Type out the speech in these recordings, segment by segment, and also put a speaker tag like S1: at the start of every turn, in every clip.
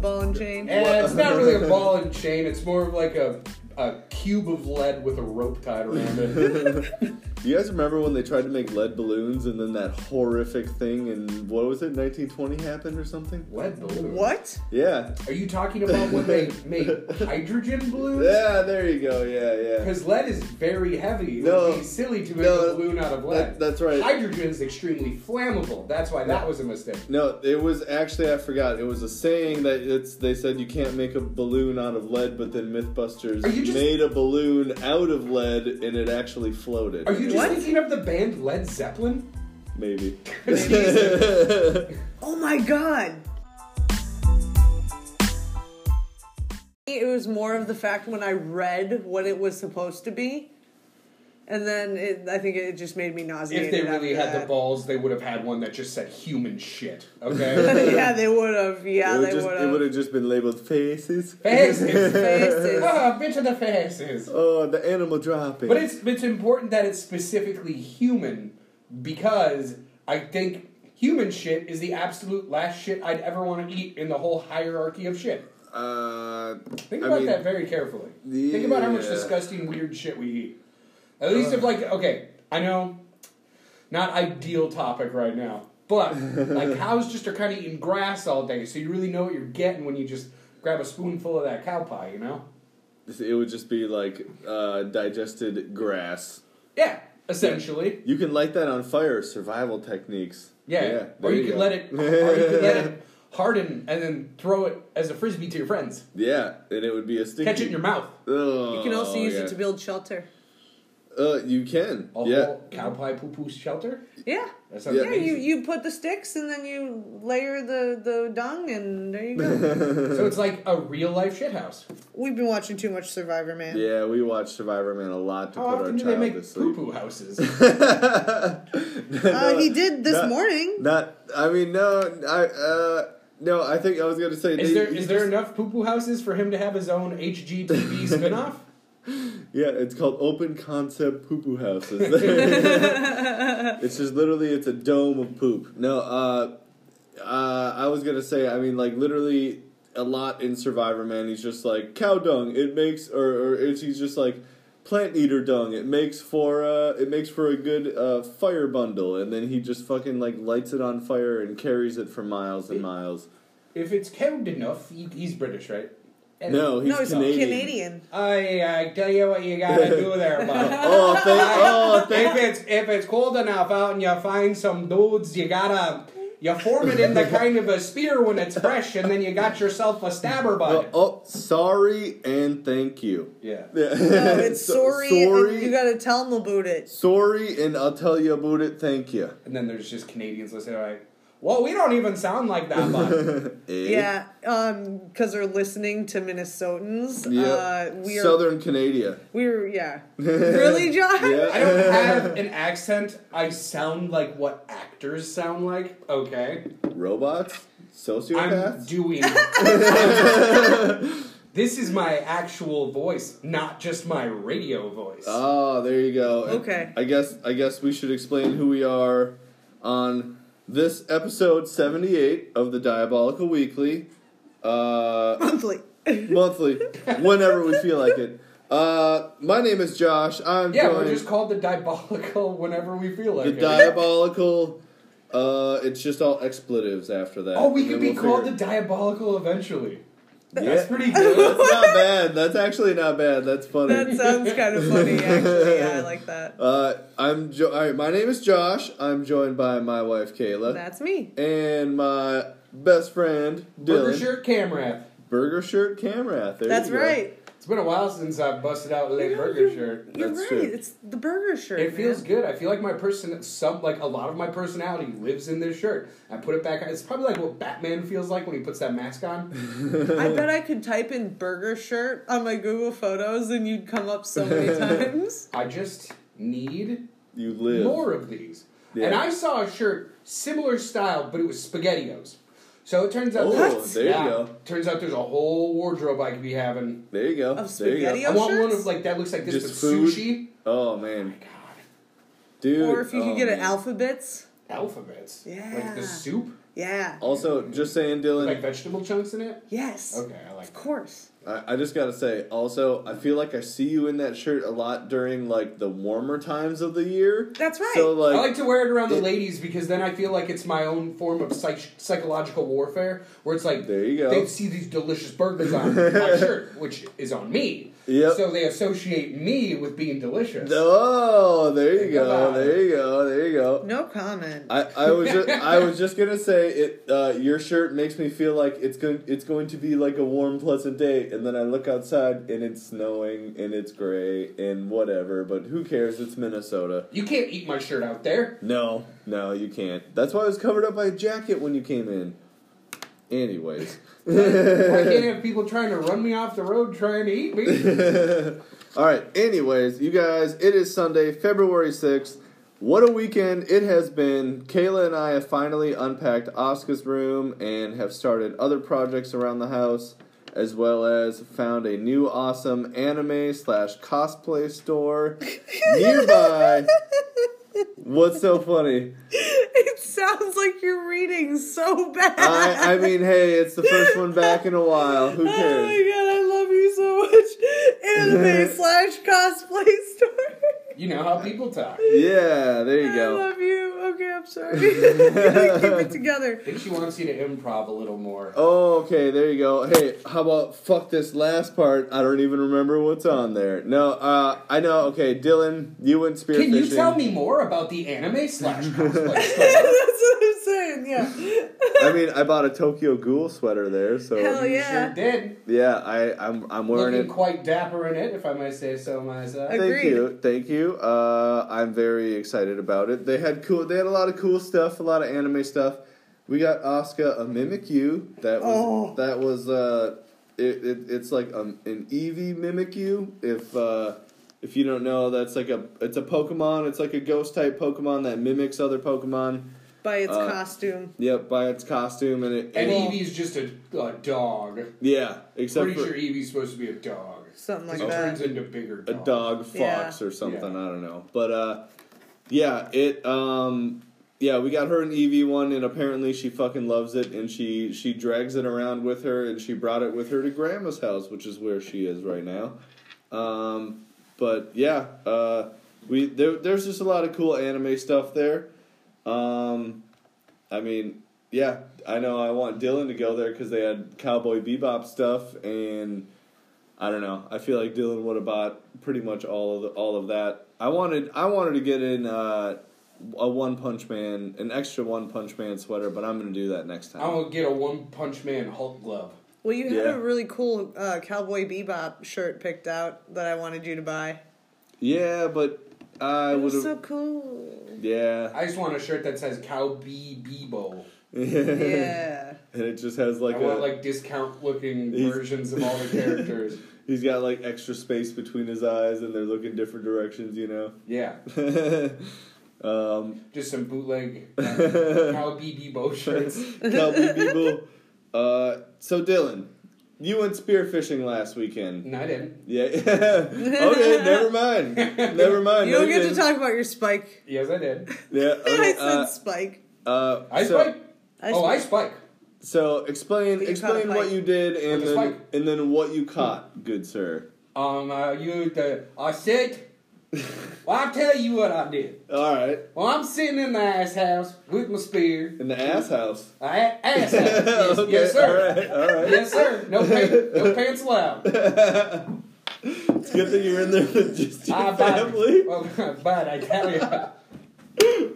S1: ball and chain?
S2: And it's not really a ball and chain. It's more of like a, a cube of lead with a rope tied around it.
S3: You guys remember when they tried to make lead balloons and then that horrific thing in what was it, 1920 happened or something?
S2: lead balloon.
S1: What?
S3: Yeah.
S2: Are you talking about when they make hydrogen balloons?
S3: Yeah, there you go. Yeah, yeah.
S2: Because lead is very heavy. It
S3: No.
S2: would be silly to make
S3: No,
S2: a balloon out of lead.
S3: That, that's right.
S2: Hydrogen is extremely flammable. That's why that was a mistake.
S3: No, it was actually I forgot. It was a saying that it's they said you can't make a balloon out of lead, but then MythBusters
S2: Are you just-
S3: made a balloon out of lead and it actually floated.
S2: Are you just
S1: What?
S2: thinking of the band Led Zeppelin?
S3: Maybe.
S1: Oh my god. It was more of the fact when I read what it was supposed to be, and then it, I think it just made me nauseated.
S2: If they really
S1: after
S2: had the
S1: that.
S2: balls, they would have had one that just said human shit. Okay?
S1: yeah, they would have. Yeah,
S3: it would
S1: they
S3: just,
S1: would
S3: it
S1: have.
S3: would have just been labeled faces.
S2: faces.
S1: Faces.
S2: Ah, bit of the faces.
S3: Oh, the animal dropping.
S2: But it's it's important that it's specifically human because I think human shit is the absolute last shit I'd ever want to eat in the whole hierarchy of shit.
S3: uh,
S2: Think
S3: I
S2: about
S3: mean,
S2: that very carefully. Think about how much
S3: yeah. Uh.
S2: disgusting, weird shit we eat. At least if, like, okay, I know, not ideal topic right now, but like cows just are kind of eating grass all day, so you really know what you're getting when you just grab a spoonful of that cow pie, you know?
S3: It would just be like uh, digested grass.
S2: Yeah, essentially.
S3: You can light that on fire. Survival techniques.
S2: Yeah.
S3: there
S2: or you,
S3: go.
S2: could let it, or you could let it harden and then throw it as a frisbee to your friends.
S3: Yeah, and it would be a sticky.
S2: Catch it in your mouth.
S3: Ugh,
S1: You can also use
S3: Oh, yeah.
S1: it to build shelter.
S3: Uh, you can.
S2: A
S3: yeah.
S2: whole cow pie poo poo shelter.
S1: Yeah.
S2: That sounds
S3: Yeah,
S1: Yeah, you,
S2: amazing.
S1: you put the sticks and then you layer the, the dung and there you go.
S2: so it's like a real life shit house.
S1: We've been watching too much Survivor, man.
S3: Yeah, we watch Survivor Man a lot to
S2: How
S3: put our
S2: often do
S3: child
S2: they make
S3: to
S2: poo
S3: sleep.
S2: poo houses?
S1: Uh,
S2: Uh,
S3: No,
S1: he did this
S3: not-
S1: morning.
S3: Not. I mean, no. I. Uh, no, I think I was gonna say.
S2: Is
S3: they-
S2: there
S3: he
S2: is there
S3: just-
S2: enough poo poo houses for him to have his own HGTV spinoff?
S3: Yeah, it's called open concept poo poo houses. it's just literally it's a dome of poop. No, uh, uh, I was gonna say, I mean, like literally a lot in Survivor Man. He's just like cow dung. It makes or, or it's, he's just like plant eater dung. It makes for uh, it makes for a good uh, fire bundle, and then he just fucking like lights it on fire and carries it for miles and miles.
S2: If it's cold enough, you, he's British, right? And-
S3: No, he's
S1: no, he's
S3: Canadian.
S1: Canadian.
S2: I, I tell you what you gotta do there, bud.
S3: Oh, thank, oh, thank
S2: if it's if it's cold enough out and you find some dudes, you gotta you form it into kind of a spear when it's fresh, and then you got yourself a stabber
S3: Oh,
S2: bud.
S3: oh, sorry and thank you.
S2: Yeah.
S3: Yeah.
S1: No, Oh, it's
S3: So-
S1: sorry.
S3: Sorry.
S1: And you gotta tell him about it.
S3: sorry, and I'll tell you about it. Thank you.
S2: And then there's just Canadians listening, like, well, we don't even sound like that, bud.
S3: Eh?
S1: Yeah, um, because they're listening to Minnesotans.
S3: Yeah.
S1: Uh, we're
S3: Southern Canada.
S1: we're yeah. really, John?
S3: Yeah.
S2: I don't have an accent. I sound like what actors sound like. Okay.
S3: Robots?
S2: I'm
S3: Sociopaths?
S2: doing. this is my actual voice, not just my radio voice.
S3: oh, there you go. And
S1: Okay.
S3: I guess I guess we should explain who we are on this episode 78 of the Diabolical Weekly. Uh
S1: Monthly.
S3: monthly, whenever we feel like it. Uh my name is Josh. I'm
S2: yeah,
S3: joined
S2: we're just called the diabolical whenever we feel like
S3: the
S2: it.
S3: Diabolical uh it's just all expletives after that.
S2: oh, we
S3: And
S2: could
S3: then
S2: be
S3: we'll
S2: called the
S3: figure-
S2: diabolical eventually.
S3: Yeah.
S2: That's pretty good.
S3: That's not bad. That's actually not bad. That's funny.
S1: That sounds kind of funny, actually. Yeah, I like that.
S3: uh, I'm jo- all right. My name is Josh. I'm joined by my wife Kayla
S1: That's me.
S3: and my best friend Dylan.
S2: Burger shirt camera.
S3: Burger shirt Camrath. There
S1: That's
S3: you go.
S1: right.
S2: It's been a while since I busted out a late
S1: You know,
S2: burger
S1: you-
S2: shirt.
S1: You're
S3: That's
S1: right.
S3: true.
S1: It's the burger shirt.
S2: It feels
S1: man.
S2: good. I feel like my person, some like a lot of my personality lives in this shirt. I put it back on. It's probably like what Batman feels like when he puts that mask on.
S1: I bet I could type in burger shirt on my Google Photos and you'd come up so many times.
S2: I just need
S3: You live.
S2: more of these.
S3: Yeah.
S2: And I saw a shirt similar style, but it was SpaghettiOs. So it turns out,
S3: Oh,
S2: What?
S3: there you go.
S2: Turns out there's a whole wardrobe I could be having.
S3: There you go.
S1: Of
S3: there you
S1: spaghetti
S3: go.
S2: I want one
S1: shirts?
S2: of like that looks like this
S3: Just
S2: with
S3: food?
S2: sushi.
S3: Oh man,
S2: God,
S3: dude.
S1: Or if you
S3: oh,
S1: could get an
S3: man.
S1: alphabets.
S2: alphabets.
S1: Yeah.
S2: Like the soup,
S1: Yeah.
S3: Also, just saying, Dylan.
S2: like vegetable chunks in it.
S1: Yes.
S2: Okay, I like
S1: Of course.
S3: I, I just gotta say, also, I feel like I see you in that shirt a lot during like the warmer times of the year.
S1: That's right.
S3: So like,
S2: I like to wear it around the
S3: it-
S2: ladies because then I feel like it's my own form of psych- psychological warfare, where it's like
S3: There you go.
S2: they see these delicious burgers on my shirt, which is on me.
S3: Yep.
S2: So they associate me with being delicious.
S3: oh, there you
S2: Come
S3: go,
S2: on.
S3: there you go, there you go.
S1: No comment.
S3: I, I was just, I was just gonna say it. Uh, your shirt makes me feel like it's going it's going to be like a warm, pleasant day, and then I look outside and it's snowing and it's gray and whatever. But who cares? It's Minnesota.
S2: You can't eat my shirt out there.
S3: No, no, you can't. That's why I was covered up by a jacket when you came in. Anyways.
S2: I can't have people trying to run me off the road trying to eat me.
S3: All right. Anyways, you guys, it is Sunday, February 6th. What a weekend it has been. Kayla and I have finally unpacked Oscar's room and have started other projects around the house, as well as found a new awesome anime slash cosplay store nearby. What's so funny?
S1: it sounds like you're reading so bad.
S3: I, I mean, hey, it's the first one back in a while. Who
S1: Oh
S3: cares?
S1: my god, I love you so much. Anime slash cosplay story.
S2: You know how people talk.
S3: Yeah, there you
S1: I
S3: go.
S1: love you. Okay, I'm sorry. Keep it together.
S2: I think she wants you to improv a little more.
S3: Oh, okay, there you go. Hey, how about fuck this last part? I don't even remember what's on there. No, uh, I know. Okay, Dylan, you went spearfishing.
S2: Can you tell me more about the anime slash cosplay
S1: That's
S2: store?
S1: what I'm saying. Yeah.
S3: I mean, I bought a Tokyo Ghoul sweater there, so
S1: Hell
S2: You
S1: Oh, yeah.
S2: sure did.
S3: yeah, I I'm I'm wearing
S2: Looking
S3: it.
S2: quite dapper in it, if I may say so myself.
S1: Okay.
S3: Thank
S1: Agreed.
S3: you, thank you. Uh, I'm very excited about it. They had cool. They had a lot of cool stuff, a lot of anime stuff. We got Asuka a Mimikyu. That was
S1: Oh.
S3: that was uh, it, it, it's like um, an Eevee Mimikyu. If uh, if you don't know, that's like a it's a Pokemon. It's like a ghost type Pokemon that mimics other Pokemon.
S1: By its
S3: Uh,
S1: costume.
S3: Yep, by its costume and it.
S2: And
S3: and-
S2: Evie's just a, a dog.
S3: Yeah, except
S2: Pretty
S3: for
S2: sure Evie's supposed to be a dog.
S1: Something like
S2: it
S1: that.
S2: turns into bigger
S3: a
S2: dog.
S3: dog fox
S1: Yeah.
S3: or something.
S2: Yeah.
S3: I don't know. But uh, yeah, it um, yeah, we got her an EV one, and apparently she fucking loves it, and she she drags it around with her, and she brought it with her to Grandma's house, which is where she is right now. Um, but yeah, uh, we there, there's just a lot of cool anime stuff there. Um, I mean, yeah, I know I want Dylan to go there because they had Cowboy Bebop stuff, and I don't know. I feel like Dylan would have bought pretty much all of the, all of that. I wanted I wanted to get in uh, a One Punch Man, an extra One Punch Man sweater, but I'm gonna do that next
S2: I'm
S3: time.
S2: gonna get a One Punch Man Hulk glove.
S1: Well, you had
S3: Yeah.
S1: a really cool uh, Cowboy Bebop shirt picked out that I wanted you to buy.
S3: Yeah, but I
S1: It
S3: would
S1: was
S3: have.
S1: so cool.
S3: yeah,
S2: I just want a shirt that says Cow Bee Bebo.
S1: Yeah.
S3: and it just has like
S2: I
S3: a
S2: want like discount looking
S3: He's-
S2: versions of all the characters.
S3: he's got like extra space between his eyes, and they're looking different directions. You know.
S2: Yeah,
S3: um,
S2: just some bootleg uh, Cow Bee Bebo shirts.
S3: Cowboy Bebop. Uh, so Dylan, you went spearfishing last weekend.
S2: No, I didn't.
S3: Yeah. okay. Never mind. Never mind.
S1: You don't
S3: okay.
S1: get to talk about your spike. Oh,
S2: Yes, I did.
S3: Yeah.
S1: I
S3: Okay,
S1: said
S3: uh,
S1: spike.
S3: uh,
S2: I
S3: so,
S2: spike.
S1: I
S2: oh, I
S1: spike.
S2: spike.
S3: So explain
S1: But you
S3: explain
S1: caught a
S3: what
S1: pike.
S3: you did and
S2: With a
S3: then
S2: spike.
S3: and then what you caught, good sir.
S2: Um, uh, you the I said. Well, I'll tell you what I did.
S3: All right.
S2: Well, I'm sitting in the ass house with my spear.
S3: In the ass house.
S2: A- ass house. Yes,
S3: Okay,
S2: yes sir.
S3: All right. All right.
S2: Yes, sir. No, pan- no pants allowed.
S3: It's good that you're in there with just your
S2: I bought-
S3: family.
S2: Well, but I tell you, yeah,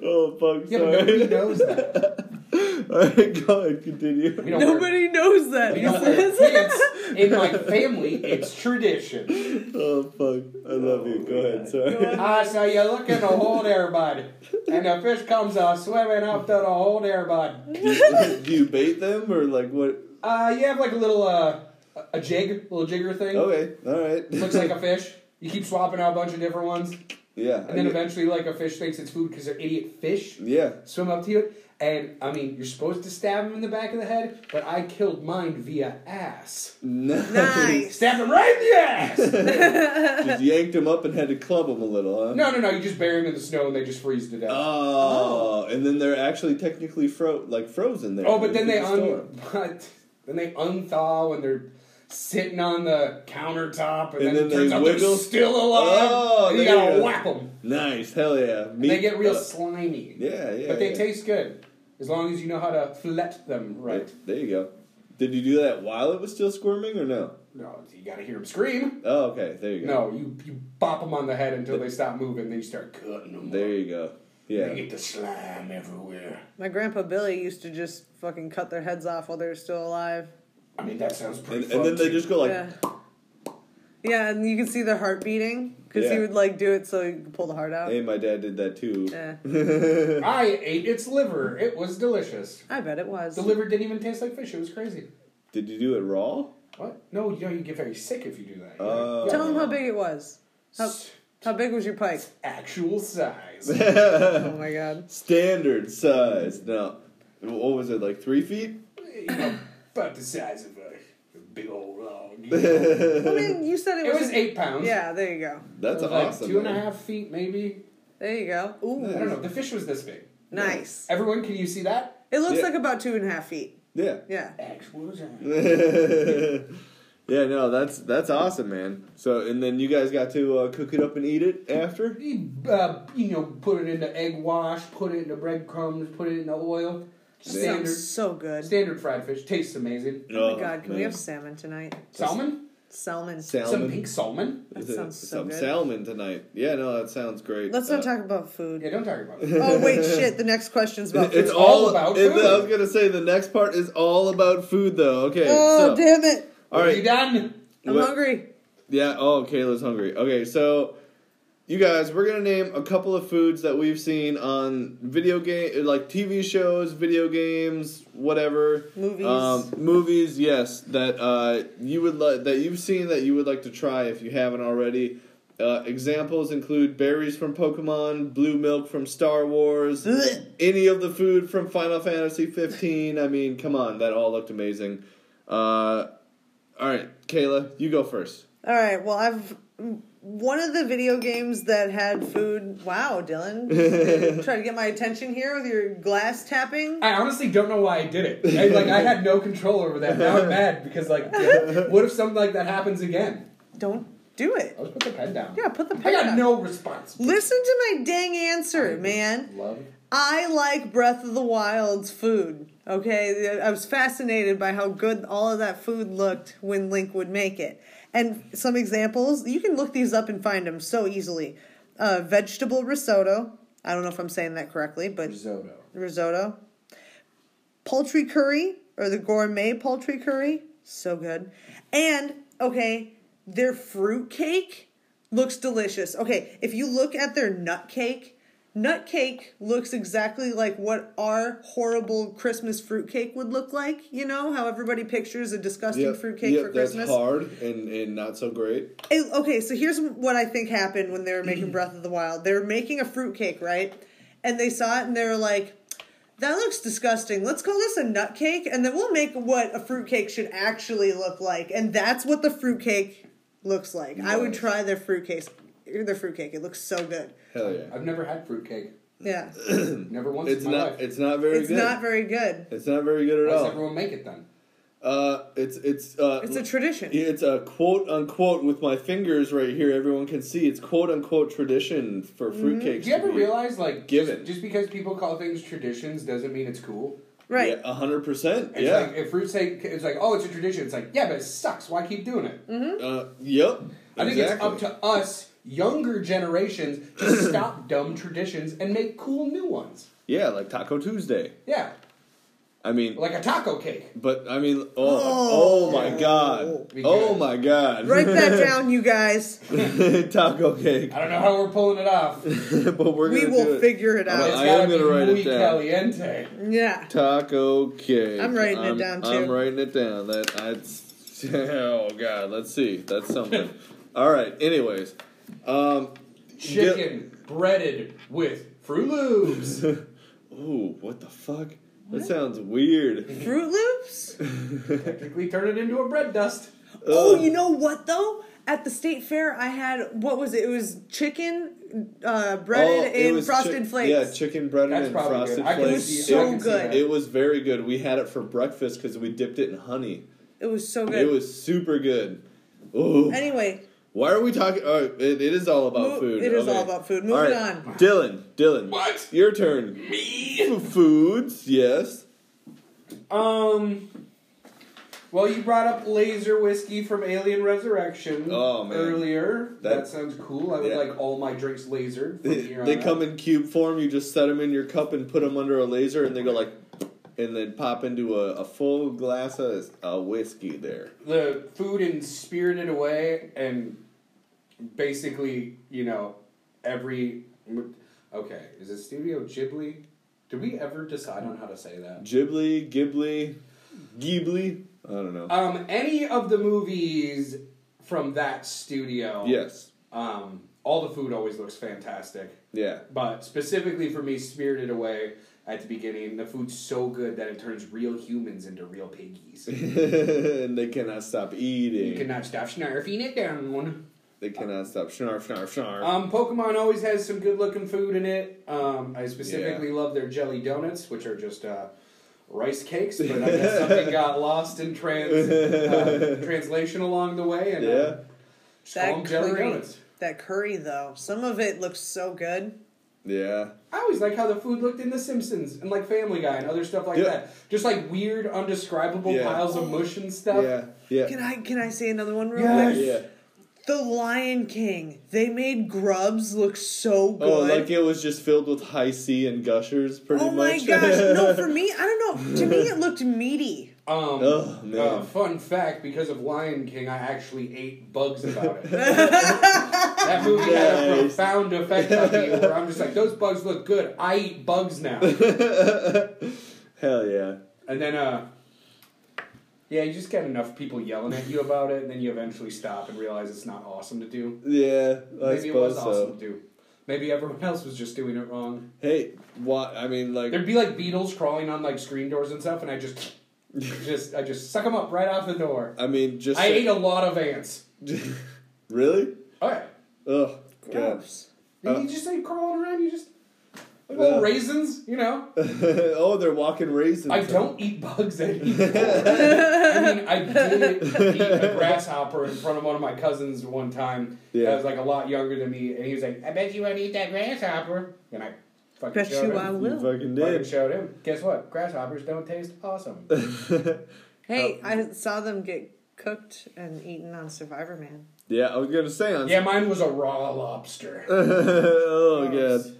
S3: Oh
S2: but
S3: fuck!
S2: nobody
S3: Sorry.
S2: knows that.
S3: All right. Go ahead. Continue.
S2: We don't
S1: Nobody knows that.
S2: Wear, we
S1: he
S2: don't wear
S1: says.
S2: pants in my family. It's tradition.
S3: Oh fuck! I love you.
S2: Oh,
S3: Go ahead. Sorry.
S1: Go ahead.
S2: Ah, so you look in the hole there, bud, and the fish comes uh, swimming up to the hole there, bud.
S3: do you bait them or like what?
S2: Uh, you have like a little uh, a
S3: Oh,
S2: jig, little jigger thing.
S3: Okay, all right.
S2: Looks like a fish. You keep swapping out a bunch of different ones.
S3: Yeah. I
S2: And then
S3: get-
S2: eventually, like, a fish thinks it's food because they're idiot fish.
S3: yeah.
S2: Swim up to you. And, I mean, you're supposed to stab him in the back of the head, but I killed mine via ass.
S1: Nice.
S2: Stab him right in the ass!
S3: just yanked him up and had to club him a little, huh?
S2: no, no, no. You just bury him in the snow and they just freeze to death.
S3: Oh, and then they're actually technically fro like frozen there.
S2: oh, but then they
S3: It's a
S2: un-
S3: storm.
S2: but then they unthaw when they're sitting on the countertop, and,
S3: And
S2: then, it
S3: then they
S2: turns out they're
S3: wiggle.
S2: still alive.
S3: Oh,
S2: and you
S3: there
S2: gotta
S3: you go.
S2: whap them.
S3: Nice, hell yeah. Meat,
S2: they get real
S3: uh,
S2: slimy.
S3: yeah, yeah.
S2: but they
S3: yeah.
S2: taste good as long as you know how to flet them
S3: Right,
S2: right.
S3: There you go. Did you do that while it was still squirming or no?
S2: No, you gotta hear them scream.
S3: Oh, okay. There you go.
S2: No, you you bop them on the head until they stop moving, then you start cutting them.
S3: There you go.
S2: They
S3: Yeah.
S2: get the slime everywhere.
S1: My grandpa Billy used to just fucking cut their heads off while they were still alive.
S2: I mean, that sounds pretty.
S3: And, and then they just go like,
S1: yeah. Yeah, and you can see their heart beating because he
S3: Yeah.
S1: would like do it so he could pull the heart out.
S3: "Hey, my dad did that too."
S1: Yeah,
S2: I ate its liver. It was delicious.
S1: I bet it was.
S2: The liver didn't even taste like fish. It was crazy.
S3: Did you do it raw?
S2: What? No, you know you get very sick if you do that.
S3: Oh.
S1: Tell him how big it was. How, how big was your pike?
S2: Actual size.
S1: Oh my god.
S3: Standard size. No, what was it like? Three feet?
S2: You know, about the size of a, a big old log. you know.
S1: I mean, you said it
S2: It
S1: was.
S2: was eight pounds.
S1: yeah, there you go.
S3: That's
S2: It was
S3: awesome.
S2: Like two and a
S3: man.
S2: half feet, maybe.
S1: There you go. Ooh,
S2: I don't know. The fish was this big.
S1: nice.
S2: Everyone, can you see that?
S1: It looks
S3: Yeah.
S1: like about two and a half feet.
S3: Yeah.
S1: Yeah.
S2: Actual size.
S3: yeah, no, that's that's awesome, man. So, and then you guys got to uh, cook it up and eat it after.
S2: You, uh, you know, put it into egg wash, put it into breadcrumbs, put it into oil. Standard,
S1: Sounds so good.
S2: standard fried fish. Tastes amazing.
S1: Oh my god, can we have salmon tonight?
S2: Salmon?
S1: Salmon.
S3: salmon?
S2: Some pink salmon?
S1: That
S3: Is it
S1: sounds so
S3: some
S1: good.
S3: salmon tonight. Yeah, no, that sounds great.
S1: Let's not
S3: Uh,
S1: talk about
S2: Yeah,
S1: food.
S2: don't talk about it.
S1: Oh wait, shit. The next question's about food.
S3: It's all
S2: all about
S3: about. It,
S2: food.
S3: I was gonna say the next part is all about food, though. Okay.
S1: Oh
S3: so,
S1: damn it!
S3: All right.
S2: You done?
S1: I'm
S3: What-
S1: hungry.
S3: Yeah. Oh, Kayla's hungry. Okay, so you guys, we're gonna name a couple of foods that we've seen on video game, like TV shows, video games, whatever.
S1: Movies.
S3: Um, movies. Yes, that uh, you would like that you've seen that you would like to try if you haven't already. Uh, examples include berries from Pokemon, blue milk from Star Wars,
S1: Blech.
S3: any of the food from Final Fantasy 15. I mean, come on, that all looked amazing. Uh, all right, Kayla, you go first.
S1: All right. Well, I've one of the video games that had food. Wow, Dylan, try to get my attention here with your glass tapping.
S2: I honestly don't know why I did it. I, like I had no control over that. Now I'm mad because like, what if something like that happens again?
S1: Don't do it.
S2: I'll just put the pen down.
S1: Yeah, put the
S2: I
S1: pen
S2: got
S1: down.
S2: no response.
S1: Listen to my dang answer, man.
S2: Love.
S1: I like Breath of the Wild's food. Okay, I was fascinated by how good all of that food looked when Link would make it. And some examples, you can look these up and find them so easily. Uh, vegetable risotto. I don't know if I'm saying that correctly, but
S2: Risotto.
S1: risotto. Poultry curry or the gourmet poultry curry, so good. And okay, their fruit cake looks delicious. Okay, if you look at their nut cake, nut cake looks exactly like what our horrible Christmas fruit cake would look like. You know how everybody pictures a disgusting fruit cake
S3: Yep,
S1: for
S3: that's
S1: Christmas.
S3: hard and, and not so great.
S1: It- okay, so here's what I think happened when they were making Breath of the Wild. They were making a fruitcake, right? And they saw it and they were like, that looks disgusting. Let's call this a nut cake, and then we'll make what a fruitcake should actually look like. And that's what the fruitcake looks like. I would
S3: Nice.
S1: try their fruitcake. Their fruitcake. It looks so good.
S3: Hell yeah!
S2: I've never had fruitcake.
S1: Yeah.
S2: Never once
S3: It's
S2: in my
S3: not.
S2: life.
S3: It's not very
S1: it's
S3: good.
S1: not very good.
S3: it's not very good
S2: Why
S3: at
S2: does
S3: all.
S2: everyone make it then?
S3: Uh, it's it's uh,
S1: It's a tradition.
S3: it's a quote unquote with my fingers right here. Everyone can see it's quote unquote tradition for
S1: Mm-hmm.
S3: fruitcakes.
S2: Do you ever
S3: to be-
S2: realize like
S3: given.
S2: just because people call things traditions doesn't mean it's cool?
S1: Right.
S3: Yeah, hundred percent.
S2: It's
S3: Yeah.
S2: like if fruit cake it's like, oh it's a tradition, it's like, yeah, but it sucks. Why keep doing it?
S3: uh, yep.
S2: hmm? I think
S3: exactly.
S2: it's up to us, younger generations, to stop dumb traditions and make cool new ones.
S3: yeah, like Taco Tuesday.
S2: Yeah,
S3: I mean,
S2: like a taco cake.
S3: but I mean, oh,
S1: Oh.
S3: oh, my god,
S2: Be
S3: oh
S2: good.
S3: my god,
S1: Write that down, you guys.
S3: taco cake.
S2: I don't know how we're pulling it off. It's
S3: but we're
S1: We
S3: gonna do
S1: will
S3: it.
S1: figure it
S3: I
S1: out.
S3: am
S2: gotta
S3: gonna
S2: be
S3: write it
S2: muy
S3: down.
S2: caliente.
S1: Yeah.
S3: Taco cake.
S1: I'm writing it
S3: I'm-
S1: down, too.
S3: I'm writing it down. That I. Oh God, let's see. That's something. All right. Anyways, um,
S2: chicken breaded with Fruit Loops.
S3: Ooh, what the fuck? That sounds weird.
S1: Fruit Loops?
S2: Technically, turn it into a bread dust.
S1: Oh,
S3: Ugh.
S1: you know what though? At the state fair, I had what was it? It was chicken uh, breaded
S3: Oh, it
S1: in
S3: was
S1: frosted
S3: chick-
S1: flakes.
S3: Yeah, chicken breaded
S2: That's
S3: and
S2: probably good.
S3: frosted
S2: I can
S3: flakes.
S1: see-
S3: it,
S1: I can see that.
S3: it was very good. We had it for breakfast because we dipped it in honey.
S1: It was so good.
S3: It was super good. Ooh.
S1: anyway,
S3: Why are we talking? Oh, it, it is all about
S1: Mo-
S3: food.
S1: it is
S3: Okay.
S1: all about food.
S3: All
S1: Moving
S3: right.
S1: on.
S3: Dylan, Dylan.
S2: What?
S3: Your turn.
S2: Me?
S3: F- Foods, yes.
S2: Um. Well, you brought up laser whiskey from Alien Resurrection
S3: Oh, man.
S2: earlier. That,
S3: That-
S2: sounds cool. I would
S3: Yeah.
S2: like all my drinks lasered. From
S3: They,
S2: here
S3: they
S2: on
S3: come
S2: out.
S3: in cube form. You just set them in your cup and put them under a laser, and they go like, and then pop into a, a full glass of uh, whiskey there.
S2: the food in Spirited Away and basically, you know, every. Okay, is it Studio Ghibli? Did we ever decide on how to say that?
S3: Ghibli, Ghibli, Ghibli. I don't know.
S1: Oh.
S2: Um, any of the movies from that studio?
S3: yes.
S2: Um, all the food always looks fantastic.
S3: Yeah.
S2: But specifically for me, Spirited Away at the beginning, the food's so good that it turns real humans into real piggies.
S3: and they cannot stop
S2: you
S3: eating.
S2: cannot stop snarfing it down.
S3: they cannot stop. Snarf, snarf, snarf.
S1: Uh.
S2: Um, Pokemon always has some good looking food in it. Um, I specifically love their jelly donuts, which are just uh, rice cakes, but I guess something got lost in trans uh, translation along the way, and
S3: Yeah.
S2: uh, just call 'em jelly donuts.
S1: that curry though, some of it looks so good.
S3: yeah.
S2: I always like how the food looked in The Simpsons and like Family Guy and other stuff like
S3: Yeah.
S2: that. Just like weird, undescribable
S3: Yeah.
S2: piles of mush and stuff.
S3: Yeah. Yeah.
S1: Uh. Can I can I say another one real
S2: Yes.
S1: quick?
S3: Yeah.
S1: The Lion King. They made grubs look so good.
S3: Oh, like it was just filled with high C and gushers, pretty
S1: Oh my
S3: much.
S1: gosh! No, for me, I don't know. To me, it looked meaty.
S2: Um,
S3: Oh, man.
S2: uh, fun fact: because of Lion King, I actually ate bugs about it. that movie had a
S3: Nice.
S2: profound effect on me. Where I'm just like, those bugs look good. I eat bugs now.
S3: Hell yeah.
S2: And then, uh, yeah, you just get enough people yelling at you about it, and then you eventually stop and realize it's not awesome to do.
S3: Yeah, I
S2: Maybe it
S3: suppose
S2: was
S3: so.
S2: awesome to do. Maybe everyone else was just doing it wrong.
S3: Hey, what? I mean, like,
S2: There'd be like beetles crawling on like screen doors and stuff, and I just, just, I just suck them up right off the door.
S3: I mean, just
S2: I ate a lot of ants.
S3: really?
S2: All right.
S3: Ugh, God.
S1: Gross.
S3: Oh, Uh,
S2: you just like crawling around. You just like
S3: Yeah.
S2: little raisins. You know.
S3: oh, they're walking raisins.
S2: I don't eat bugs anymore. I mean, I did eat a grasshopper in front of one of my cousins one time.
S3: Yeah.
S2: That was like a lot younger than me, and he was like, "I bet you won't eat that grasshopper." And I fucking
S1: Bet
S2: showed
S1: you
S2: him.
S1: I
S3: You
S1: will.
S3: fucking
S2: Fucking
S3: did.
S2: showed him. Guess what? Grasshoppers don't taste awesome.
S1: Hey, I saw them get cooked and eaten on Survivor Man.
S3: yeah, I was gonna say on.
S2: yeah, mine was a raw lobster.
S3: oh god.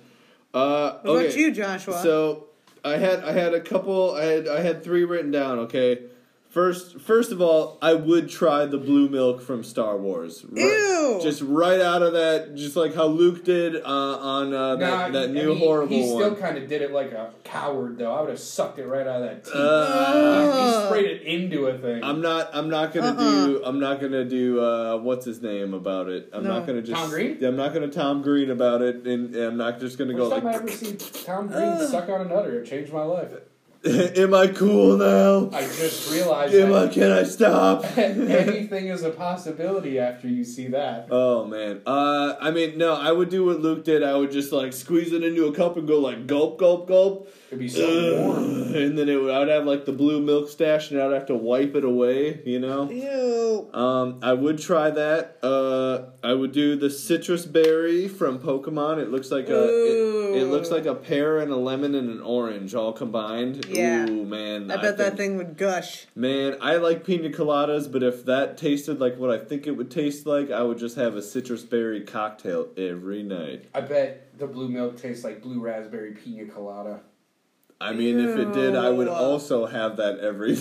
S3: Uh,
S1: What
S3: okay.
S1: about you, Joshua?
S3: So I had I had a couple I had I had three written down, okay. First first of all, I would try the blue milk from Star Wars. Ri-
S1: Ew.
S3: Just right out of that just like how Luke did uh, on uh, that, that
S2: and
S3: new
S2: he,
S3: horrible
S2: He still
S3: one.
S2: kind of did it like a coward, though. I would have sucked it right out of that teeth.
S3: Uh,
S1: Ugh.
S2: he sprayed it into a thing.
S3: I'm not. I'm not gonna
S1: Uh-uh.
S3: do. I'm not gonna do. Uh, what's his name about it? I'm
S1: No.
S3: not gonna just.
S2: Tom Green?
S3: I'm not gonna Tom Green about it, and, and I'm not just gonna
S2: First
S3: go
S2: time I
S3: like. Uh.
S2: ever seen Tom Green suck on another, it changed my life.
S3: Am I cool now?
S2: I just realized
S3: Am I?
S2: that
S3: Can I stop?
S2: anything is a possibility after you see that.
S3: Oh man. Uh, I mean, no. I would do what Luke did. I would just like squeeze it into a cup and go like gulp, gulp, gulp,
S2: It'd be so
S3: Uh.
S2: warm.
S3: Ugh. and then it would. I'd have like the blue milk stash, and I'd have to wipe it away. You know.
S1: Ew.
S3: Um, I would try that. Uh, I would do the citrus berry from Pokemon. It looks like a
S1: Ooh.
S3: it, it looks like a pear and a lemon and an orange all combined.
S1: Yeah.
S3: Ooh man,
S1: I bet that thing would gush.
S3: Man, I like pina coladas, but if that tasted like what I think it would taste like, I would just have a citrus berry cocktail every night.
S2: I bet the blue milk tastes like blue raspberry pina colada.
S3: I mean, if it did, I would
S1: Ew.
S3: also have that every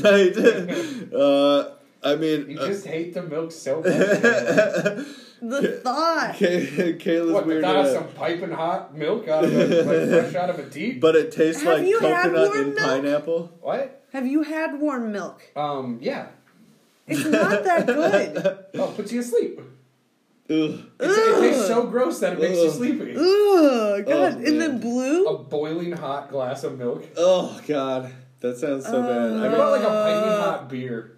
S3: night. uh, I mean,
S2: You
S3: uh,
S2: just hate the milk so much.
S1: The thought.
S3: Kay- Kayla's
S2: what, the
S3: weird.
S2: thought of
S3: uh,
S2: some piping hot milk out of a, like fresh out of a teat?
S3: But it tastes
S1: Have
S3: like
S1: you had
S3: coconut
S1: warm
S3: and
S1: milk?
S3: pineapple.
S2: What?
S1: Have you had warm milk?
S2: Um, yeah.
S1: It's not that good.
S2: Oh, it puts you asleep.
S3: Ugh.
S2: It's, it tastes so gross that it makes you
S3: Ugh.
S2: sleepy.
S1: Ugh, God. and then
S3: Oh, man.
S2: A
S1: blue?
S2: boiling hot glass of milk.
S3: Oh God, that sounds so
S2: How
S3: bad. I
S1: Uh,
S2: about like a piping hot beer?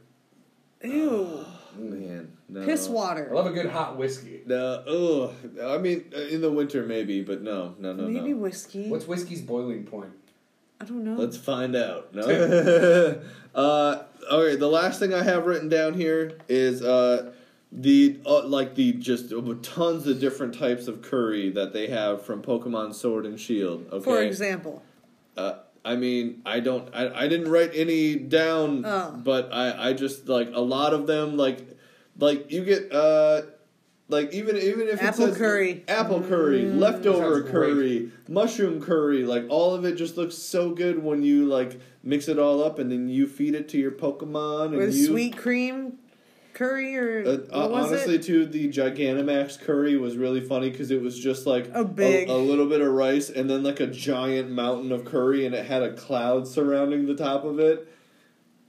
S1: Ew.
S3: mean, man, no.
S1: Piss
S2: I
S1: water.
S2: love a good hot whiskey.
S3: No, ugh. I mean, uh, in the winter maybe, but no, no, no,
S1: Maybe
S3: no.
S1: whiskey.
S2: What's whiskey's boiling point?
S1: I don't know.
S3: Let's find out. No. uh, all right. The last thing I have written down here is uh, the uh, like the just tons of different types of curry that they have from Pokemon Sword and Shield. Okay.
S1: For example.
S3: Uh, I mean, I don't. I, I didn't write any down,
S1: Oh.
S3: but I I just like a lot of them. Like like you get uh. Like even even if
S1: Apple
S3: it says
S1: curry. Mm.
S3: apple curry, leftover
S2: Sounds great.
S3: curry, mushroom curry, like all of it just looks so good when you like mix it all up and then you feed it to your Pokemon and
S1: With
S3: you
S1: sweet cream curry or
S3: uh, uh,
S1: what was
S3: honestly,
S1: it?
S3: too, the Gigantamax curry was really funny because it was just like
S1: A big-
S3: a, little bit of rice and then like a giant mountain of curry, and it had a cloud surrounding the top of it.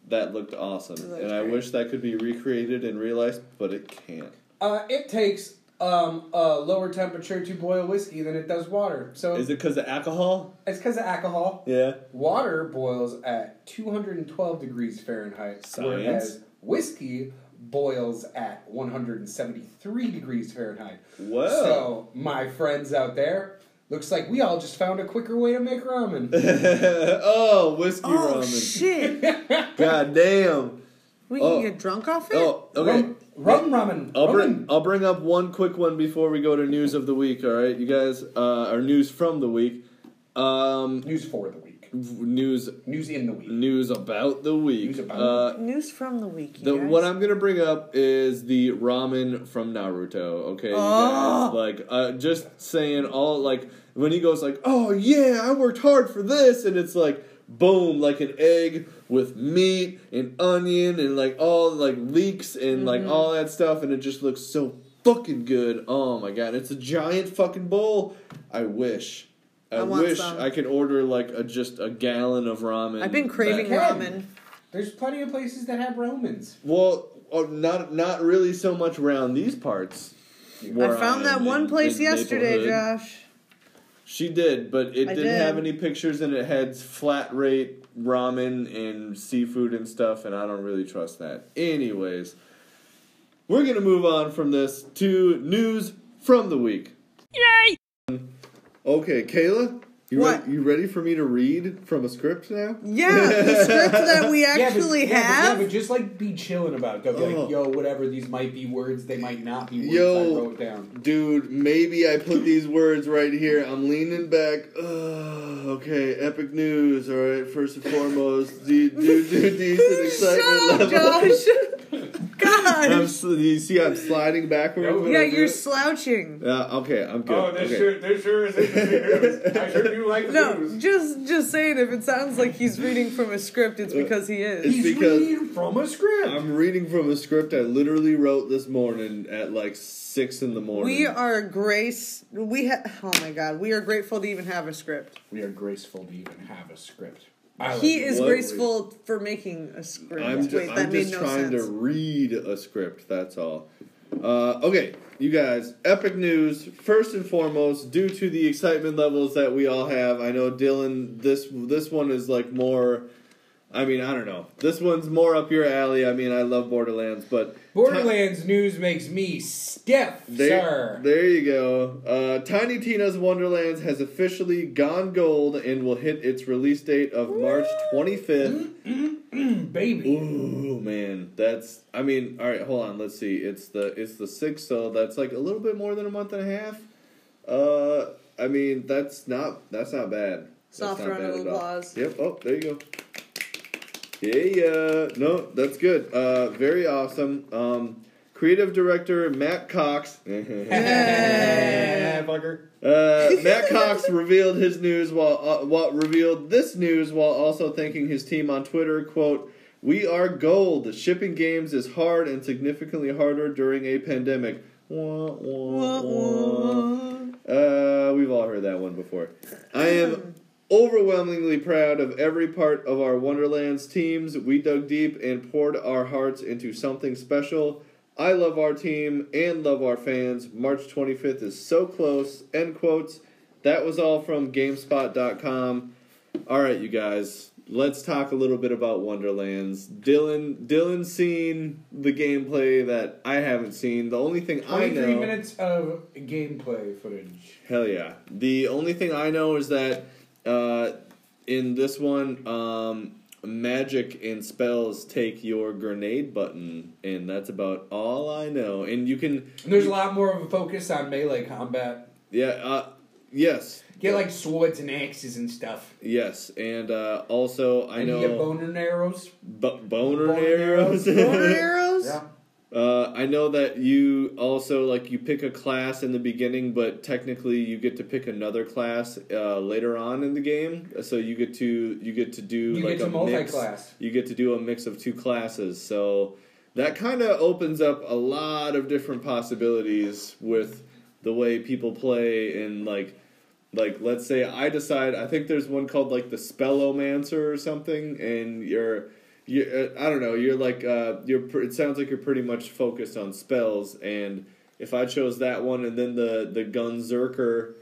S3: That looked awesome,
S1: looked
S3: and I
S1: great.
S3: wish that could be recreated in real life, but it can't.
S2: Uh, it takes um, a lower temperature to boil whiskey than it does water.
S1: Oh.
S2: So
S3: Is it because of alcohol?
S2: it's because of alcohol.
S3: Yeah.
S2: Water boils at 212 degrees Fahrenheit,
S3: Science.
S2: whereas whiskey boils at 173 degrees Fahrenheit.
S3: Whoa.
S2: So, my friends out there, looks like we all just found a quicker way to make ramen.
S3: oh, whiskey
S1: Oh
S3: ramen.
S1: shit!
S3: God damn.
S1: We
S3: Oh.
S1: can get drunk off it.
S3: Oh, okay.
S2: Rum, rum ramen.
S3: I'll bring
S2: Ramen.
S3: I'll bring up one quick one before we go to news of the week. All right, you guys, uh, or news from the week, um,
S2: News for the week.
S3: news
S2: News in the week.
S3: news about the week.
S2: News about
S3: uh,
S1: News from the week. You
S3: the
S1: guys.
S3: what I'm gonna bring up is the ramen from Naruto. Okay, you guys?
S1: Oh.
S3: like uh, just saying all like when he goes like, oh yeah, I worked hard for this, and it's like boom, like an egg with meat and onion and like all like leeks and like
S1: Mm-hmm.
S3: all that stuff, and it just looks so fucking good. Oh my god, it's a giant fucking bowl. I wish. I,
S1: I want
S3: wish
S1: some.
S3: I could order like a just a gallon of ramen.
S1: I've been craving
S3: that-
S2: Can.
S1: ramen.
S2: There's plenty of places that have Romans.
S3: well, uh, not not really so much around these parts. where
S1: I found
S3: am
S1: that
S3: in-
S1: one place
S3: in
S1: yesterday,
S3: Maplewood.
S1: Josh.
S3: She did, but it
S1: I
S3: didn't
S1: did.
S3: have any pictures, and it had flat rate ramen and seafood and stuff, and I don't really trust that. Anyways, we're gonna move on from this to news from the week. Yay! Okay, Kayla, you
S1: What?
S3: re- you ready for me to read from a script now?
S1: Yeah, the script that we
S2: Yeah, but-
S1: actually
S2: yeah, but- yeah,
S1: have.
S2: but just like be chilling about it. Don't be
S3: Oh.
S2: like, yo, whatever. These might be words. They might not be words.
S3: Yo.
S2: I wrote down.
S3: Dude, maybe I put these words right here. I'm leaning back. Ugh, okay, epic news. All right, first and foremost, the dude, dude, decent
S1: Shut
S3: excitement
S1: up,
S3: level.
S1: Josh.
S3: I'm,
S1: God.
S3: sl- you see, I'm sliding backward.
S2: No,
S3: when
S1: Yeah,
S3: I do
S1: you're
S3: it?
S1: slouching.
S3: Uh, okay, I'm good. okay.
S2: Oh, this sure is news. I sure do like
S1: No, just just saying. If it sounds like he's reading from a script, it's because he is.
S3: It's-
S2: He's
S3: because-
S2: reading from a script.
S3: I'm reading from a script I literally wrote this morning at like six in the morning.
S1: We are grace. We ha- oh my god, we are grateful to even have a script.
S2: we are graceful to even have a script. I like
S1: He
S2: it.
S1: is
S3: What?
S1: graceful for making a script.
S3: I'm, ju-
S1: Wait, that
S3: I'm
S1: made
S3: just
S1: no
S3: trying
S1: sense.
S3: to read a script. That's all. Uh, okay, you guys. Epic news. First and foremost, due to the excitement levels that we all have, I know Dylan. This this one is like more. I mean, I don't know. This one's more up your alley. I mean, I love Borderlands, but
S2: Borderlands news makes me stiff,
S3: There,
S2: sir.
S3: there you go. Uh, Tiny Tina's Wonderlands has officially gone gold and will hit its release date of March 25th.
S2: Baby.
S3: Ooh man, that's. I mean, all right, hold on. Let's see. It's the it's the sixth, so that's like a little bit more than a month and a half. Uh, I mean, that's not that's not bad.
S1: Soft
S3: that's not
S1: round
S3: bad
S1: of
S3: at all.
S1: applause.
S3: Yep. Oh, there you go. Yeah. No, that's good. Uh, very awesome. Um, creative director Matt Cox.
S2: Yeah, fucker.
S3: Uh, Matt Cox revealed his news while uh, what revealed this news while also thanking his team on Twitter. "Quote: We are gold. Shipping games is hard and significantly harder during a pandemic." Wah, wah, wah. Uh, we've all heard that one before. I am overwhelmingly proud of every part of our Wonderlands teams. We dug deep and poured our hearts into something special. I love our team and love our fans. March 25th is so close. End quotes. That was all from GameSpot.com. All right, you guys. Let's talk a little bit about Wonderlands. Dylan, Dylan's seen the gameplay that I haven't seen. The only thing I
S2: 23
S3: know.
S2: minutes of gameplay footage.
S3: Hell yeah. The only thing I know is that uh, in this one, um, magic and spells take your grenade button, and that's about all I know. And you can,
S2: And there's a lot more of a focus on melee combat.
S3: yeah, uh, yes,
S2: Get like swords and axes and stuff.
S3: yes, and uh, also I
S2: And
S3: know
S2: you get boner and arrows.
S3: bo- boner,
S2: boner
S3: arrows.
S1: Boner arrows?
S2: Yeah.
S3: Uh, I know that you also like you pick a class in the beginning, but technically you get to pick another class uh, later on in the game. So you get to you get to do
S2: You
S3: like
S2: get to
S3: a mix.
S2: multi-class.
S3: You get to do a mix of two classes. So that kind of opens up a lot of different possibilities with the way people play and like like let's say I decide I think there's one called like the Spellomancer or something, and you're you uh, I don't know you're like uh you're pr- it sounds like you're pretty much focused on spells, and if I chose that one and then the the Gunzerker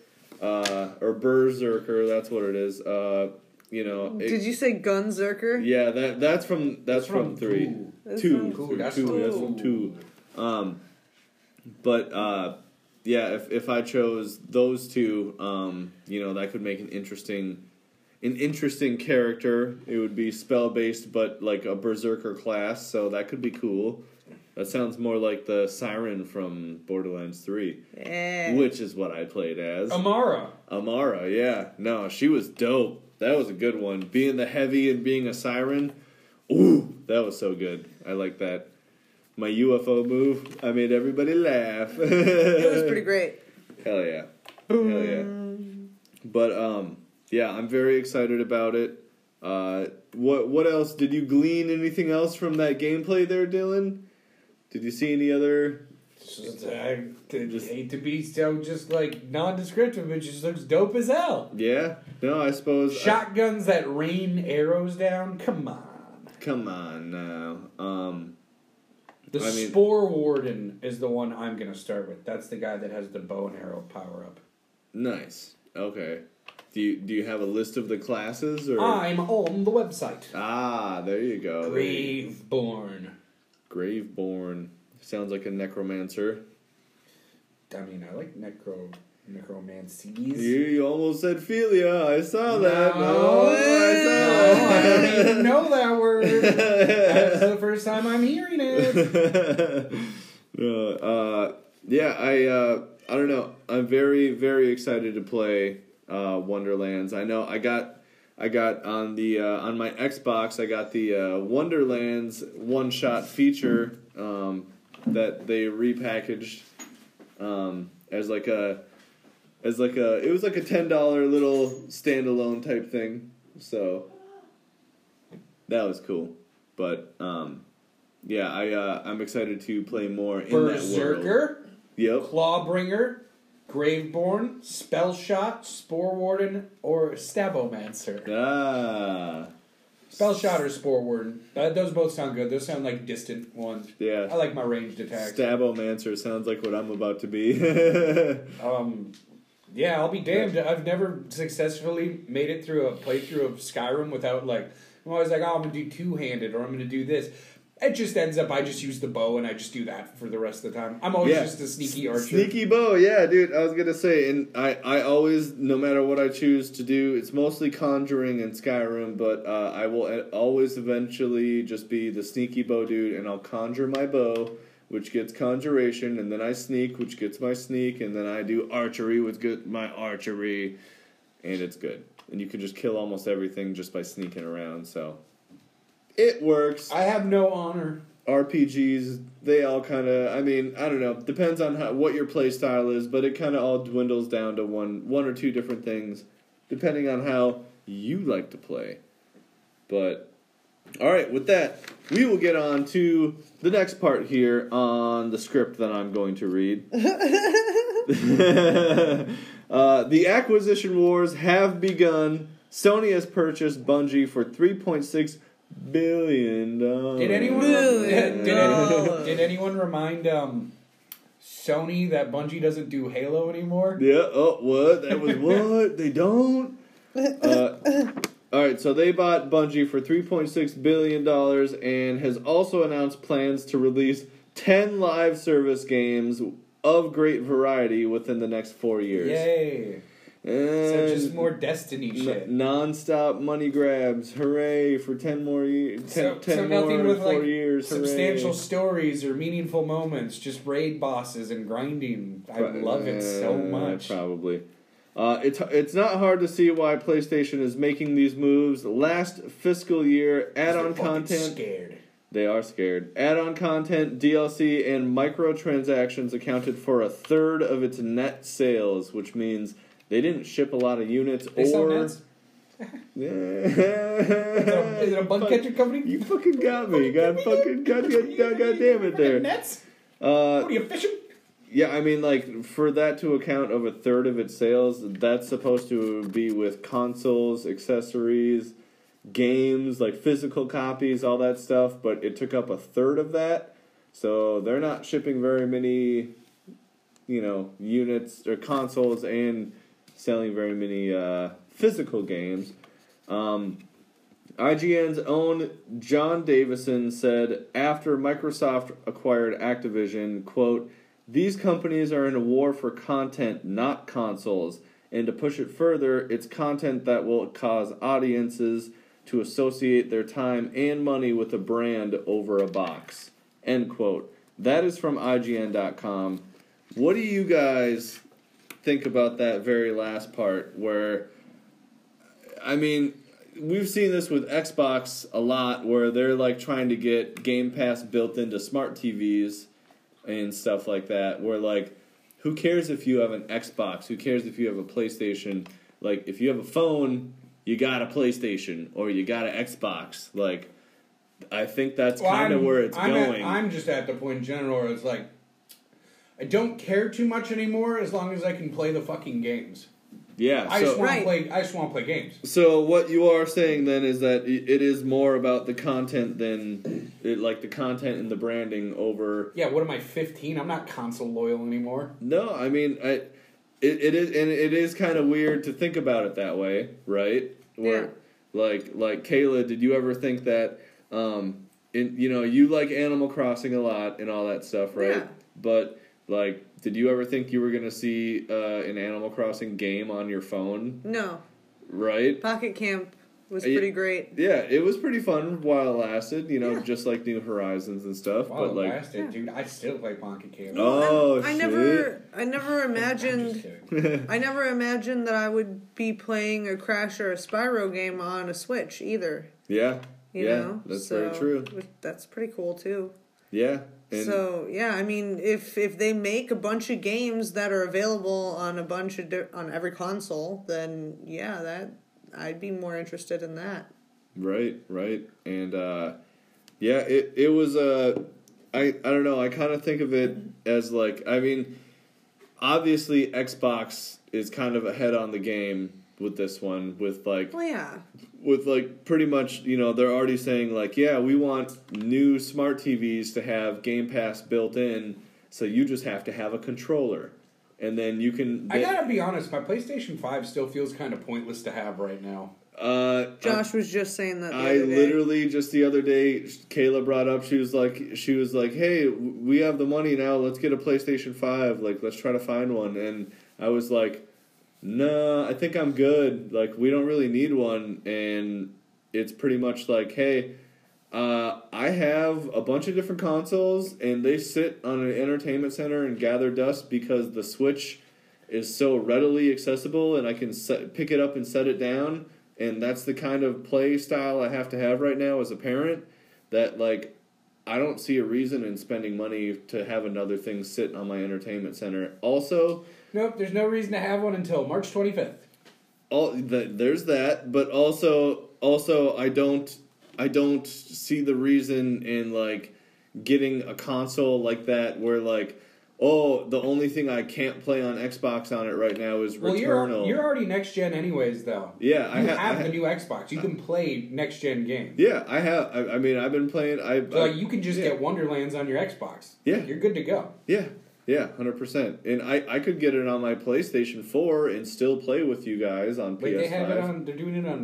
S3: uh or Berserker that's what it is uh you know it-
S1: Did you say Gunzerker?
S3: yeah that that's from that's from, three
S2: Cool.
S1: That's
S3: two
S1: from-
S2: Cool, that's
S3: two
S2: from
S3: that's from two um but uh yeah if if i chose those two um you know that could make an interesting an interesting character it would be spell based but like a berserker class so that could be cool that sounds more like the siren from borderlands 3
S1: Yeah.
S3: which is what i played as
S2: Amara.
S3: Amara, yeah. No, she was dope. That was a good one. Being the heavy and being a siren. Ooh, that was so good. I like that. My UFO move, I made everybody laugh.
S1: It was pretty great.
S3: Hell yeah. Hell yeah. But um yeah, I'm very excited about it. Uh what what else did you glean anything else from that gameplay there, Dylan? Did you see any other
S2: Just, I
S3: Just-
S2: just hate to be so just like nondescriptive, but it just looks dope as hell.
S3: Yeah? No, I suppose I-
S2: Shotguns that rain arrows down. Come on.
S3: come on now. Um
S2: The
S3: I mean-
S2: Spore Warden is the one I'm gonna start with. That's the guy that has the bow and arrow power up.
S3: Nice. Okay. Do you do you have a list of the classes or
S2: I'm on the website.
S3: Ah, there you go. There you-
S2: Graveborn.
S3: Graveborn. Sounds like a necromancer.
S2: I mean, I like necro necromancies.
S3: You, you almost said philia. I saw that. No,
S2: No. I
S3: I
S2: don't even know that word. That's the first time I'm hearing it.
S3: saw. no, uh, yeah, I uh, I don't know. I'm very very excited to play uh, Wonderlands. I know I got I got on the uh, on my Xbox. I got the uh, Wonderlands one shot feature um, that they repackaged um, as like a as like a it was like a ten dollar little standalone type thing. So that was cool, but um, yeah, I uh, I'm excited to play more in that world.
S2: Berserker,
S3: Yep.
S2: Clawbringer, Graveborn, Spellshot, Spore Warden, or Stabomancer.
S3: Ah.
S2: Spellshot or Spore Warden. Uh, those both sound good. Those sound like distant ones.
S3: Yeah.
S2: I like my ranged attacks.
S3: Stabomancer sounds like what I'm about to be.
S2: Um, yeah, I'll be damned. I've never successfully made it through a playthrough of Skyrim without like I'm always like, oh, I'm gonna do two handed or I'm gonna do this. It just ends up I just use the bow and I just do that for the rest of the time. I'm always
S3: Yeah.
S2: just a sneaky archer.
S3: Sneaky bow, yeah, dude. I was gonna say, and I, I always, no matter what I choose to do, it's mostly conjuring and Skyrim, but uh, I will e- always eventually just be the sneaky bow dude, and I'll conjure my bow, which gets conjuration, and then I sneak, which gets my sneak, and then I do archery, which gets my archery, and it's good. And you can just kill almost everything just by sneaking around, so it works.
S2: I have no honor.
S3: RPGs, they all kind of. I mean, I don't know. Depends on how, what your play style is, but it kind of all dwindles down to one, one or two different things, depending on how you like to play. But all right, with that, we will get on to the next part here on the script that I'm going to read. uh, the acquisition wars have begun. Sony has purchased Bungie for 3.6 billion dollars.
S2: Did anyone
S1: Billion
S2: did, any,
S1: dollars.
S2: did anyone remind um, Sony that Bungie doesn't do Halo anymore?
S3: Yeah. Oh, what? That was what? they don't. Uh, all right. So they bought Bungie for three point six billion dollars, and has also announced plans to release ten live service games of great variety within the next four years.
S2: Yay! So
S3: And
S2: just more Destiny shit.
S3: N- non-stop money grabs! Hooray for ten more years. Ten,
S2: So,
S3: ten
S2: so
S3: more
S2: nothing
S3: in
S2: with
S3: four
S2: like
S3: years. hooray.
S2: substantial stories or meaningful moments, just raid bosses and grinding. I
S3: Pro-
S2: love it so
S3: uh,
S2: much.
S3: Probably. Uh, it's it's not hard to see why PlayStation is making these moves. Last fiscal year,
S2: They're
S3: add-on
S2: fucking
S3: content.
S2: Scared.
S3: They are scared. Add-on content, DLC, and microtransactions accounted for a third of its net sales, which means they didn't ship a lot of units
S2: They sell
S3: or.
S2: nets? Is it a- is it a bug
S3: Fuck,
S2: catcher company?
S3: Oh, You fucking got me. God fucking god, god, god, god damn it there.
S2: Nets?
S3: Uh,
S2: What are you fishing?
S3: Yeah, I mean, like for that to account of a third of its sales, that's supposed to be with consoles, accessories, games, like physical copies, all that stuff. But it took up a third of that, so they're not shipping very many, you know, units or consoles and selling very many uh, physical games. Um, IGN's own John Davison said after Microsoft acquired Activision, quote, these companies are in a war for content, not consoles. And to push it further, it's content that will cause audiences to associate their time and money with a brand over a box. End quote. That is from IGN.com. What do you guys think about that very last part where I mean, we've seen this with Xbox a lot where they're like trying to get Game Pass built into smart TVs and stuff like that where like who cares if you have an Xbox? Who cares if you have a PlayStation? Like if you have a phone, you got a PlayStation or you got an Xbox. Like I think that's
S2: Well,
S3: kind of
S2: I'm-
S3: where it's
S2: I'm at-
S3: going.
S2: I'm just at the point in general where it's like, I don't care too much anymore as long as I can play the fucking games.
S3: yeah,
S2: I
S3: so,
S2: just want
S1: Right.
S2: to play. I just want to play games.
S3: So what you are saying then is that i- it is more about the content than it, like the content and the branding over.
S2: Yeah, what am I? Fifteen? I'm not console loyal anymore.
S3: No, I mean, I, it, it is and it is kind of weird to think about it that way, right? Where, Like like Kayla, did you ever think that? Um, in, you know, you like Animal Crossing a lot and all that stuff, right?
S1: Yeah.
S3: But like, did you ever think you were gonna see uh, an Animal Crossing game on your phone,
S1: No,
S3: right?
S1: Pocket Camp was
S3: Are you-
S1: pretty great.
S3: Yeah, it was pretty fun while it lasted. You know,
S1: Yeah.
S3: just like New Horizons and stuff.
S2: Wow,
S3: but like,
S2: lasted, dude. I still play Pocket Camp.
S3: Oh,
S1: Well, I, I
S3: shit.
S1: never, I never
S2: I'm just
S1: imagined,
S2: kidding.
S1: I never imagined that I would be playing a Crash or a Spyro game on a Switch either.
S3: yeah,
S1: You
S3: yeah,
S1: know,
S3: that's
S1: So,
S3: very true.
S1: That's pretty cool too.
S3: Yeah, and
S1: so yeah, I mean, if if they make a bunch of games that are available on a bunch of di- on every console, then yeah, that I'd be more interested in that.
S3: right, right, and uh, yeah, it it was Uh, I I don't know. I kind of think of it as like I mean, obviously Xbox is kind of ahead on the game with this one with like
S1: Well, yeah,
S3: with like pretty much you know they're already saying like yeah we want new smart TVs to have Game Pass built in so you just have to have a controller and then you can
S2: I gotta be honest. My PlayStation Five still feels kind of pointless to have right now.
S3: uh
S1: Josh was just saying that. The
S3: I
S1: other day.
S3: literally just the other day Kayla brought up she was like she was like hey w- we have the money now let's get a PlayStation 5 like let's try to find one and I was like no I think I'm good like we don't really need one and it's pretty much like hey uh, I have a bunch of different consoles and they sit on an entertainment center and gather dust because the Switch is so readily accessible and I can set, pick it up and set it down and that's the kind of play style I have to have right now as a parent that like I don't see a reason in spending money to have another thing sit on my entertainment center. Also,
S2: Nope. There's no reason to have one until March 25th.
S3: all th there's that, but also also I don't I don't see the reason in like getting a console like that where like oh, the only thing I can't play on Xbox on it right now is
S2: Well, you're
S3: Returnal.
S2: you're already next gen anyways, though.
S3: yeah, I
S2: you
S3: ha- I
S2: have
S3: ha-
S2: the new Xbox. You can play next gen games.
S3: Yeah, I have. I, I mean, I've been playing. I,
S2: So
S3: I-
S2: like, you can just
S3: yeah.
S2: get Wonderlands on your Xbox.
S3: Yeah.
S2: you're good to go.
S3: Yeah, yeah, hundred percent. And I, I could get it on my PlayStation Four and still play with you guys on
S2: Wait,
S3: PS
S2: they have it
S3: Five.
S2: on. They're doing it on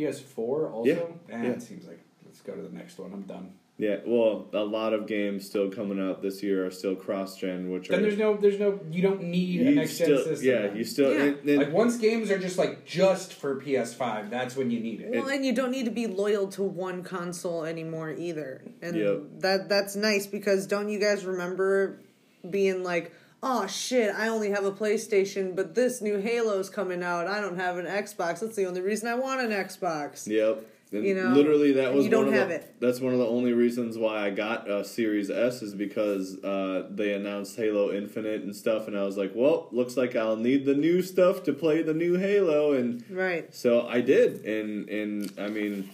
S2: PS4 also.
S3: Yeah,
S2: That
S3: yeah.
S2: seems like let's go to the next one. I'm done.
S3: Yeah, well, a lot of games still coming out this year are still cross-gen, which
S2: Then
S3: are
S2: there's no, there's no. You don't need
S3: you
S2: a next gen
S3: still-
S2: system.
S3: Yeah,
S2: then.
S3: you still.
S1: Yeah.
S3: and- and-
S2: like once games are just like just for PS5, that's when you need it.
S1: Well, and you don't need to be loyal to one console anymore either. And
S3: Yep.
S1: that that's nice because don't you guys remember being like, "Oh shit, I only have a PlayStation, but this new Halo's coming out. I don't have an Xbox. That's the only reason I want an Xbox."
S3: Yep. And
S1: You know,
S3: literally that
S1: and
S3: was
S1: you don't
S3: one of
S1: have
S3: the,
S1: it.
S3: that's one of the only reasons why I got a Series S is because uh, they announced Halo Infinite and stuff, and I was like, well, looks like I'll need the new stuff to play the new Halo, and
S1: Right.
S3: so I did, and and I mean,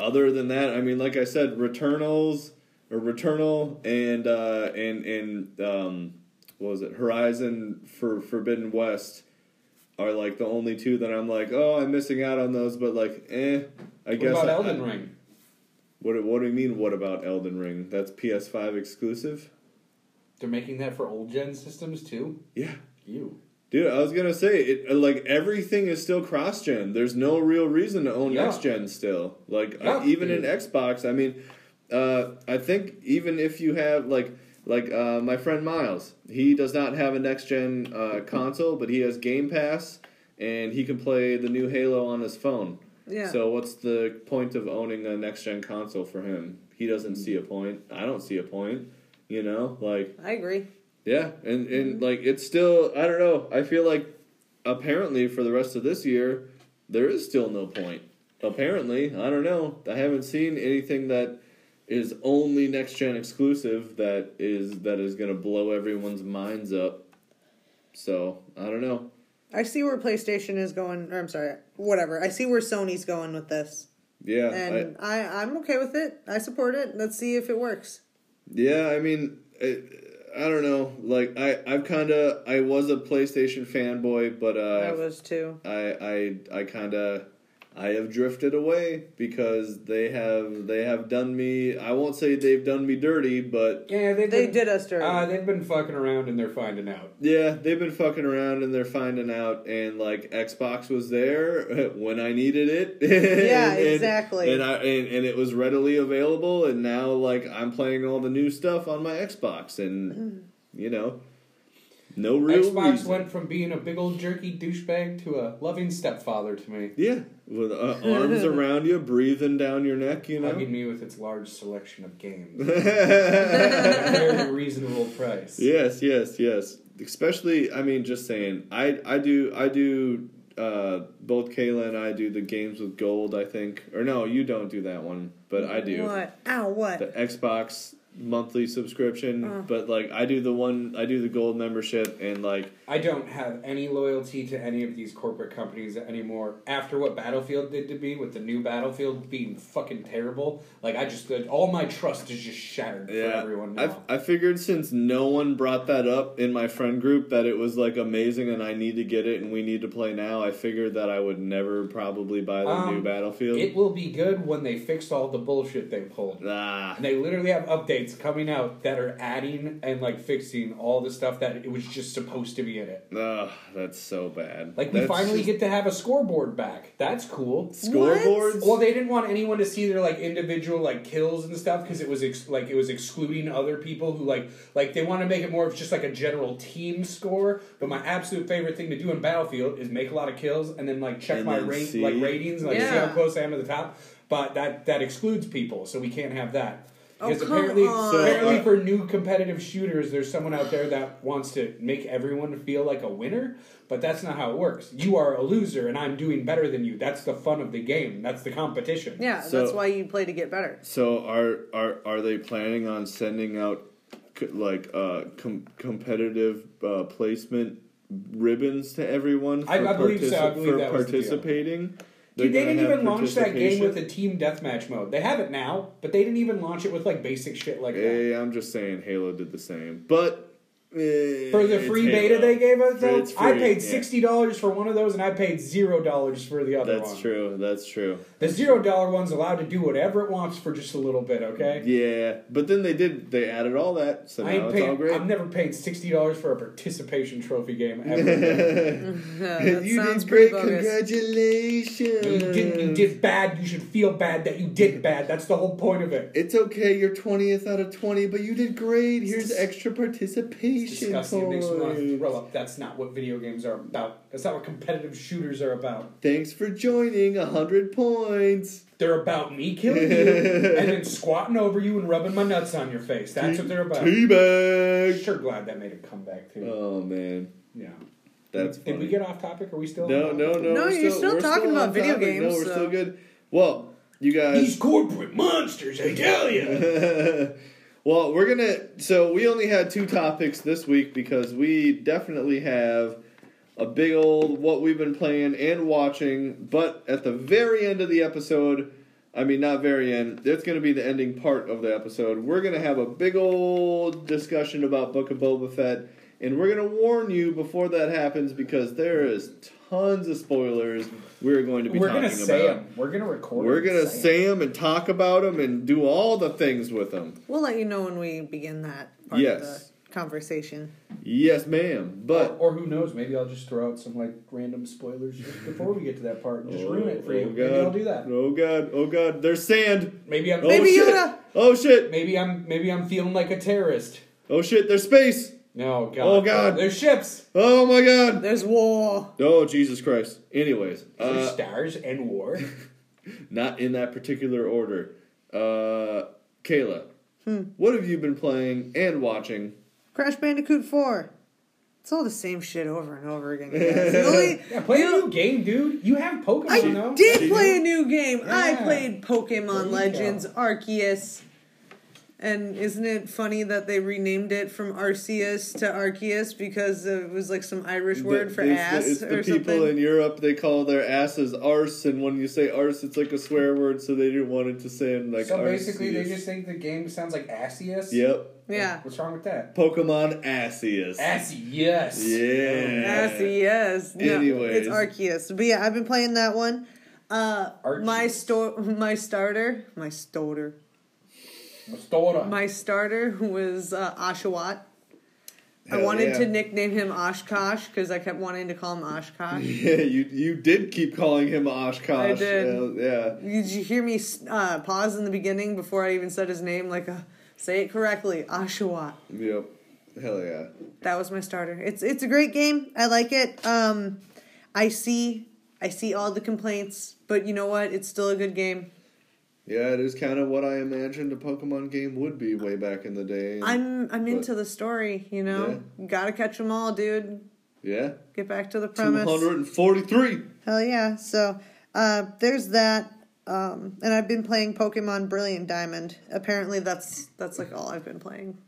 S3: other than that, I mean, like I said, Returnals or Returnal and uh, and and um, what was it, Horizon for Forbidden West are like the only two that I'm like, oh, I'm missing out on those, but like, eh, I
S2: What
S3: guess.
S2: about
S3: I-
S2: Elden
S3: I-
S2: Ring?
S3: What What do you mean? What about Elden Ring? That's PS5 exclusive.
S2: They're making that for old gen systems too.
S3: Yeah.
S2: You.
S3: Dude, I was gonna say it. uh, Like everything is still cross gen. There's no real reason to own
S2: Yeah.
S3: next gen still. Like I-
S2: Yeah.
S3: even in Xbox, I mean, uh, I think even if you have like like uh, my friend Miles, he does not have a next gen uh, console, but he has Game Pass and he can play the new Halo on his phone.
S1: Yeah.
S3: So what's the point of owning a next gen console for him? He doesn't see a point. I don't see a point. You know, like
S1: I agree.
S3: yeah, and and like it's still I don't know. I feel like apparently for the rest of this year there is still no point. Apparently, I don't know. I haven't seen anything that is only next gen exclusive that is that is going to blow everyone's minds up. So, I don't know.
S1: I see where PlayStation is going. Or I'm sorry, whatever. I see where Sony's going with this,
S3: Yeah. I-
S1: and I, I'm okay with it. I support it. Let's see if it works.
S3: Yeah, I mean, I, I don't know. Like, I I've kind of I was a PlayStation fanboy, but uh,
S1: I was too.
S3: I I I kind of I have drifted away because they have they have done me. I won't say they've done me dirty, but
S2: Yeah, they've
S1: They
S2: been-
S1: did us dirty.
S2: Uh, they've been fucking around and they're finding out.
S3: yeah, they've been fucking around and they're finding out. And like Xbox was there when I needed it.
S1: Yeah,
S3: And- and-
S1: exactly.
S3: And I and, and it was readily available. And now like I'm playing all the new stuff on my Xbox,
S1: Mm.
S3: and you know, no real
S2: Xbox
S3: reason.
S2: went from being a big old jerky douchebag to a loving stepfather to me,
S3: yeah, with uh, arms around you, breathing down your neck. You know.
S2: hugging me with its large selection of games
S3: yes,
S2: at a very reasonable price.
S3: yes, yes. Especially, I mean, just saying, I I do I do uh, both Kayla and I do the games with gold. I think, or no, you don't do that one, but I do
S1: What? Ow! What?
S3: the Xbox monthly subscription. But like, I do the one I do the gold membership, and like,
S2: I don't have any loyalty to any of these corporate companies anymore. After what Battlefield did to me, with the new Battlefield being fucking terrible, like I just all my trust is just shattered for
S3: yeah,
S2: everyone now.
S3: I've, I figured since no one brought that up in my friend group that it was like amazing, and I need to get it, and we need to play now. I figured that I would never probably buy the new
S2: Um,
S3: Battlefield.
S2: It will be good when they fix all the bullshit they pulled.
S3: Ah,
S2: And they literally have updates coming out that are adding and like fixing all the stuff that it was just supposed to be in it.
S3: Ugh, that's so bad.
S2: Like we
S3: That's
S2: finally
S3: just-
S2: get to have a scoreboard back. That's cool.
S3: scoreboards.
S2: Well, they didn't want anyone to see their like individual like kills and stuff because it was ex- like it was excluding other people who like like they want to make it more of just like a general team score. But my absolute favorite thing to do in Battlefield is make a lot of kills and then like check
S3: And
S2: my
S3: then
S2: rank
S3: see.
S2: like ratings, like see
S1: Yeah.
S2: how close I am to the top. But that that excludes people, so we can't have that.
S1: Oh,
S2: Because
S1: come
S2: apparently,
S1: on.
S3: So,
S2: apparently
S3: uh,
S2: for new competitive shooters, there's someone out there that wants to make everyone feel like a winner, but that's not how it works. You are a loser, and I'm doing better than you. That's the fun of the game. That's the competition.
S1: yeah,
S3: So-
S1: that's why you play to get better.
S3: so are are are they planning on sending out c- like uh com- competitive uh, placement ribbons to everyone for,
S2: I- I believe so. I
S3: partici-
S2: believe
S3: for
S2: that was the deal.
S3: participating?
S2: Dude,
S3: They're
S2: they
S3: gonna
S2: didn't
S3: have
S2: even launch that game
S3: participation?
S2: with a team deathmatch mode. They have it now, but they didn't even launch it with like basic shit like that.
S3: Hey, I'm just saying Halo did the same. But eh,
S2: For the free beta they gave us, though,
S3: It's
S2: I
S3: free,
S2: paid
S3: yeah.
S2: sixty dollars for one of those, and I paid zero dollars for the other one.
S3: That's true. That's true.
S2: The zero dollar one's allowed to do whatever it wants for just a little bit. Okay.
S3: Yeah, but then they did. They added all that, so
S2: I
S3: now
S2: ain't
S3: it's all
S2: paid,
S3: great.
S2: I've never paid sixty dollars for a participation trophy game ever.
S1: that
S3: you
S1: sounds
S3: did
S1: pretty
S3: great.
S1: bogus.
S3: Congratulations.
S2: you did you did bad. You should feel bad that you did bad. That's the whole point of it.
S3: It's okay. You're twentieth out of twenty, but you did great. Here's extra participation
S2: Disgusting. It makes me want to throw
S3: points.
S2: up. That's not what video games are about. That's not what competitive shooters are about.
S3: Thanks for joining. hundred points.
S2: They're about me killing you and then squatting over you and rubbing my nuts on your face. That's what they're about.
S3: Teabag.
S2: Sure, glad that made a comeback too.
S3: Oh man,
S2: yeah.
S3: that's
S2: Did
S3: funny.
S2: we get off topic? Are we still?
S3: no, no, no.
S1: No,
S3: we're
S1: you're
S3: still,
S1: still
S3: we're
S1: talking
S3: still
S1: about
S3: on
S1: video
S3: topic.
S1: games,
S3: No, we're
S1: so-
S3: still good. Well, you guys.
S2: These corporate monsters, I tell you.
S3: well, we're gonna. So we only had two topics this week because we definitely have a big old what we've been playing and watching. But at the very end of the episode, I mean not very end. That's gonna be the ending part of the episode. We're gonna have a big old discussion about Book of Boba Fett, and we're gonna warn you before that happens because there is tons of spoilers we're going to be
S2: We're
S3: talking
S2: gonna say
S3: about.
S2: them. We're gonna record.
S3: We're
S2: them.
S3: gonna
S2: Say 'em.
S3: say them and talk about them and do all the things with them.
S1: We'll let you know when we begin that part
S3: Yes.
S1: of the conversation.
S3: Yes, ma'am. But
S2: or, or who knows? Maybe I'll just throw out some like random spoilers just before we get to that part and just ruin it for you. Maybe I'll do that.
S3: Oh god. Oh god. There's sand.
S2: Maybe I'm.
S3: Oh
S1: Baby
S3: shit.
S1: Yoda.
S3: Oh shit.
S2: Maybe I'm. Maybe I'm feeling like a terrorist.
S3: Oh shit. There's space.
S2: No god.
S3: Oh, God.
S2: There's ships.
S3: Oh my god.
S1: There's war.
S3: Oh Jesus Christ. Anyways,
S2: There's
S3: uh,
S2: stars and war.
S3: not in that particular order. Uh, Kayla,
S1: Hmm.
S3: what have you been playing and watching?
S1: Crash Bandicoot 4. It's all the same shit over and over again. you guys. The only-
S2: yeah, play a new game, dude. You have Pokemon
S1: I
S2: though.
S1: did play a new game. I
S2: Yeah.
S1: played
S2: There you
S1: Pokemon
S2: go.
S1: Legends Arceus. And isn't it funny that they renamed it from Arceus to Arceus because it was like some Irish word
S3: The-
S1: for
S3: it's the-
S1: ass
S3: it's the
S1: or
S3: people
S1: something?
S3: in Europe they call their asses arse, and when you say arse, it's like a swear word, so they didn't want it to sound like.
S2: so basically, they
S3: arseus.
S2: just think the game sounds like Asius.
S3: Yep.
S1: yeah.
S2: What's wrong with that?
S3: Pokemon Arceus.
S2: Asius.
S3: Yeah.
S1: Arceus. No,
S3: Anyways.
S1: it's Arceus. But yeah, I've been playing that one. Uh, my
S2: Arceus.
S1: sto- my starter, my starter,
S2: Mastora.
S1: my starter was uh, Oshawott. I
S3: Hell
S1: wanted
S3: yeah.
S1: to nickname him Oshkosh because I kept wanting to call him Oshkosh.
S3: Yeah, you you did keep calling him Oshkosh.
S1: I did.
S3: Uh, yeah.
S1: Did you hear me uh, pause in the beginning before I even said his name? Like, uh, say it correctly, Oshawa.
S3: Yep. Hell yeah.
S1: That was my starter. It's it's a great game. I like it. Um, I see I see all the complaints, but you know what? It's still a good game.
S3: Yeah, it is kind of what I imagined a Pokemon game would be way back in the day.
S1: I'm I'm into the story. You know, gotta catch them all, dude.
S3: yeah.
S1: Get back to the
S3: Two
S1: premise.
S3: hundred and forty-three.
S1: Hell yeah. So uh, there's that. Um, and I've been playing Pokemon Brilliant Diamond. Apparently that's that's like all I've been playing.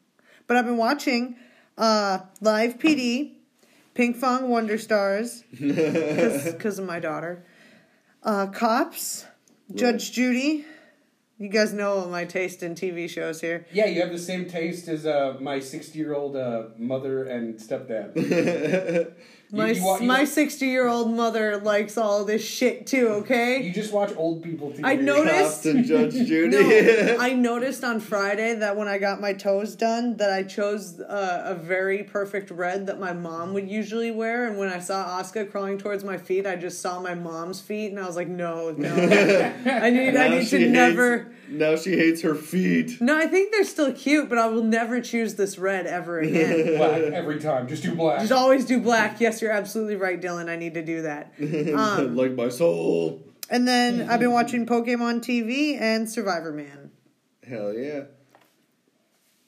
S1: But I've been watching uh, live PD, Ping Fong Wonder Stars, because of my daughter. Uh, Cops, Judge Judy. You guys know my taste in TV shows here.
S2: Yeah, you have the same taste as uh, my 60 year old uh, mother and stepdad. You-
S1: My
S2: you wa- you-
S1: my sixty year old mother likes all this shit too. Okay.
S2: You just watch old people together.
S1: I noticed-
S3: Cops and Judge Judy.
S1: No, I noticed on Friday that when I got my toes done, that I chose uh, a very perfect red that my mom would usually wear. And when I saw Oscar crawling towards my feet, I just saw my mom's feet, and I was like, "No, no, I need, I
S3: Now
S1: need
S3: she
S1: to
S3: hates-
S1: never."
S3: Now she hates her feet.
S1: No, I think they're still cute, but I will never choose this red ever again.
S2: Black every time. Just do black.
S1: Just always do black. Yes, you're absolutely right, Dylan. I need to do that. Um.
S3: like my soul.
S1: And then I've been watching Pokemon TV and Survivor Man.
S3: Hell yeah.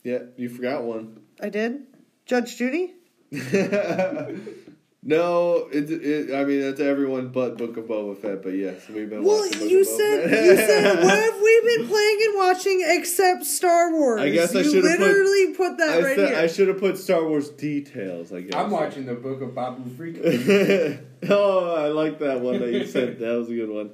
S3: Yeah, you forgot one.
S1: I did. Judge Judy.
S3: No, it, it, I mean that's everyone but Book of Boba Fett. But yes, we've been.
S1: Well,
S3: watching Book
S1: you
S3: of Boba
S1: said
S3: Fett.
S1: you said what have we been playing and watching except Star Wars?
S3: I guess I
S1: you
S3: should've put-
S1: literally put, that
S3: I,
S1: right
S3: said
S1: here.
S3: I should have put Star Wars details. I guess
S2: I'm watching the Book of Babu Freak.
S3: oh, I like that one that you said. That was a good one.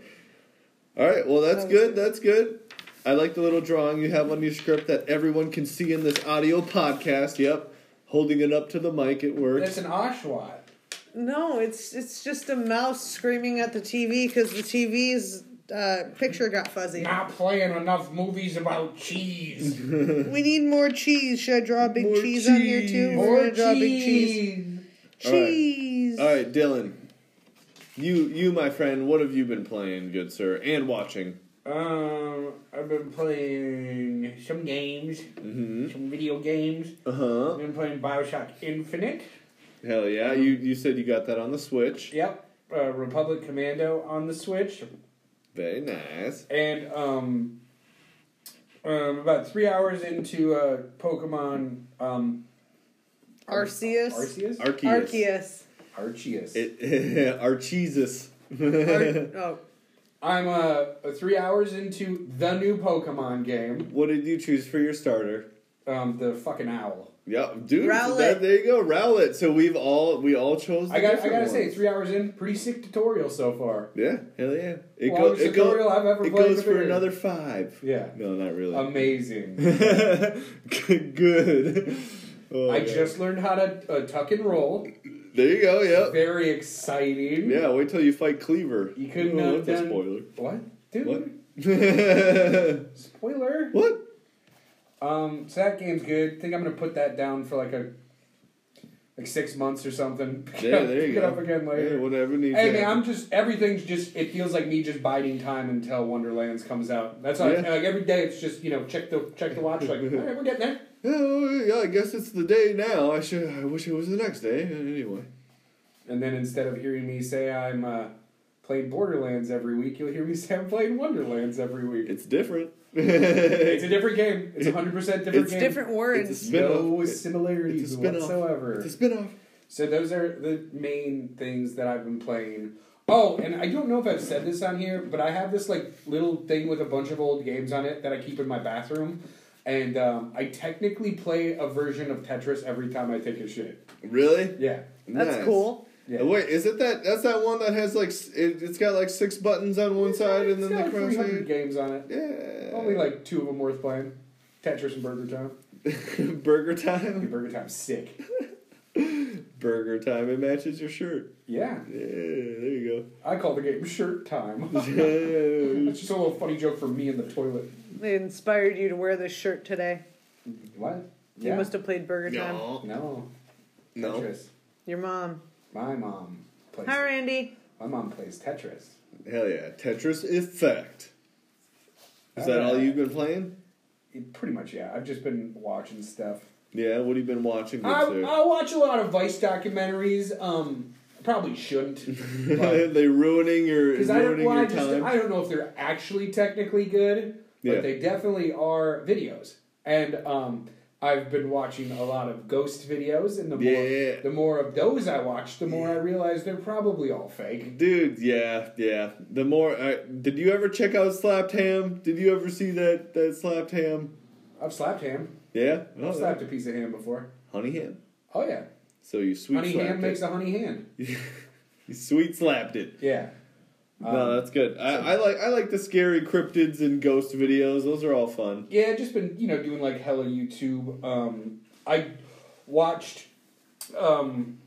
S3: All right, well that's good. That's good. I like the little drawing you have on your script that everyone can see in this audio podcast. Yep. holding it up to the mic. It works.
S2: That's an Oshawott.
S1: No, it's it's just a mouse screaming at the TV because the TV's uh, picture got fuzzy.
S2: Not playing enough movies about cheese.
S1: We need more cheese. Should I draw a big
S3: More
S1: cheese, on here too?
S3: cheese.
S1: We're
S2: More
S1: gonna draw a big cheese.
S2: cheese.
S3: All right.
S1: Cheese.
S3: All right, Dylan. You, you, my friend, what have you been playing, good sir, and watching?
S2: Um, I've been playing some games,
S1: Mm-hmm.
S2: some video games.
S3: Uh huh.
S2: I've been playing Bioshock Infinite.
S3: Hell yeah! You, you said you got that on the Switch.
S2: Yep. Uh, Republic Commando on the Switch.
S3: Very nice.
S2: And, um, um, about three hours into uh, Pokemon um,
S1: Arceus.
S2: Arceus?
S3: Arceus.
S1: Arceus.
S2: Arceus.
S3: It, Archeesus.
S1: Ar- oh,
S2: I'm uh, three hours into the new Pokemon game,
S3: what did you choose for your starter?
S2: um, the fucking owl.
S3: Yeah, dude.
S1: Rowlet.
S3: that- there you go, Rowlet. So we've all we all chose. The
S2: I got. I
S3: different
S2: gotta say,
S3: ones.
S2: three hours in, pretty sick tutorial so far.
S3: Yeah, hell yeah. It, go,
S2: Longest
S3: it, go,
S2: tutorial I've ever
S3: it
S2: played
S3: goes
S2: in a
S3: for
S2: video.
S3: another five.
S2: Yeah.
S3: No, not really.
S2: Amazing.
S3: Good- Good. Oh,
S2: I
S3: yeah.
S2: just learned how to uh, tuck and roll.
S3: There you go. Yep.
S2: Very exciting.
S3: Yeah. Wait till you fight Cleaver.
S2: You couldn't
S3: Oh,
S2: have
S3: that's a
S2: done-
S3: spoiler.
S2: What? Dude.
S3: What?
S2: Spoiler.
S3: what?
S2: Um, so that game's good. think I'm gonna put that down for like a like six months or something. Pick
S3: Yeah,
S2: up-
S3: there you
S2: pick it
S3: go.
S2: up again
S3: Yeah,
S2: later.
S3: whatever needs.
S2: Hey
S3: to
S2: man, I'm
S3: happen.
S2: just everything's just it feels like me just biding time until Wonderlands comes out. That's all
S3: Yeah.
S2: and, like every day it's just, you know, check the check the watch, like, all right, we're getting there.
S3: Oh, yeah, I guess it's the day now. I should. I wish it was the next day. Anyway.
S2: And then instead of hearing me say I'm uh playing Borderlands every week, you'll hear me say I'm playing Wonderlands every week.
S3: It's different.
S2: It's a different game. It's a hundred percent different
S3: It's
S2: game.
S1: different
S3: It's a
S1: words.
S3: spin
S2: No
S3: off.
S2: similarities
S3: spin-off.
S2: whatsoever.
S3: It's a spin off.
S2: So those are the main things that I've been playing. Oh, and I don't know if I've said this on here, but I have this like little thing with a bunch of old games on it that I keep in my bathroom, and um, I technically play a version of Tetris every time I take a shit.
S3: Really?
S2: Yeah,
S1: That's
S3: Nice. Uh,
S1: cool.
S2: yeah.
S3: Wait, is it that? That's that one that has like s- it, it's got like six buttons on one side and
S2: It's
S3: then
S2: got,
S3: the
S2: like 300
S3: crosshair.
S2: games on it.
S3: Yeah.
S2: Only like two of them worth playing. Tetris and Burger Time.
S3: Burger
S2: Dude,
S3: time.
S2: Burger Time's sick.
S3: Burger time. It matches your shirt.
S2: Yeah,
S3: Yeah. There you
S2: I call the game Shirt Time.
S3: go.
S2: It's just a little funny joke for me in the toilet.
S1: They inspired you to wear this shirt today.
S2: What?
S1: You must have played Burger Time.
S3: no.
S2: No.
S3: No.
S2: Tetris.
S1: Your mom.
S2: My mom plays.
S1: Hi, Randy.
S2: My mom plays Tetris.
S3: Hell yeah. Tetris Effect. Is that
S2: Alright.
S3: all you've been playing?
S2: It- pretty much, yeah. I've just been watching stuff.
S3: Yeah. What have you been watching?
S2: I,
S3: good
S2: I watch a lot of Vice documentaries. Um, probably shouldn't.
S3: sir? they ruining your
S2: Because I don't.
S3: ruining
S2: Well, I
S3: your
S2: just
S3: time.
S2: I don't know if they're actually technically good,
S3: Yeah.
S2: but they definitely are videos. And um, I've been watching a lot of ghost videos, and the more
S3: Yeah.
S2: the more of those I watch, the more I realize they're probably all fake.
S3: Dude, yeah, yeah. The more, uh, did you ever check out Slapped Ham? Did you ever see that that Slapped Ham?
S2: I've slapped ham.
S3: Oh, Yeah,
S2: I've slapped a piece of ham before.
S3: honey ham.
S2: Oh yeah,
S3: So you sweet
S2: honey
S3: slapped
S2: ham
S3: it.
S2: makes a honey hand.
S3: you sweet slapped it.
S2: Yeah. Um,
S3: no, that's good. I, I like I like the scary cryptids and ghost videos. Those are all fun.
S2: Yeah, just been you know doing like hella YouTube. Um, I watched. Um,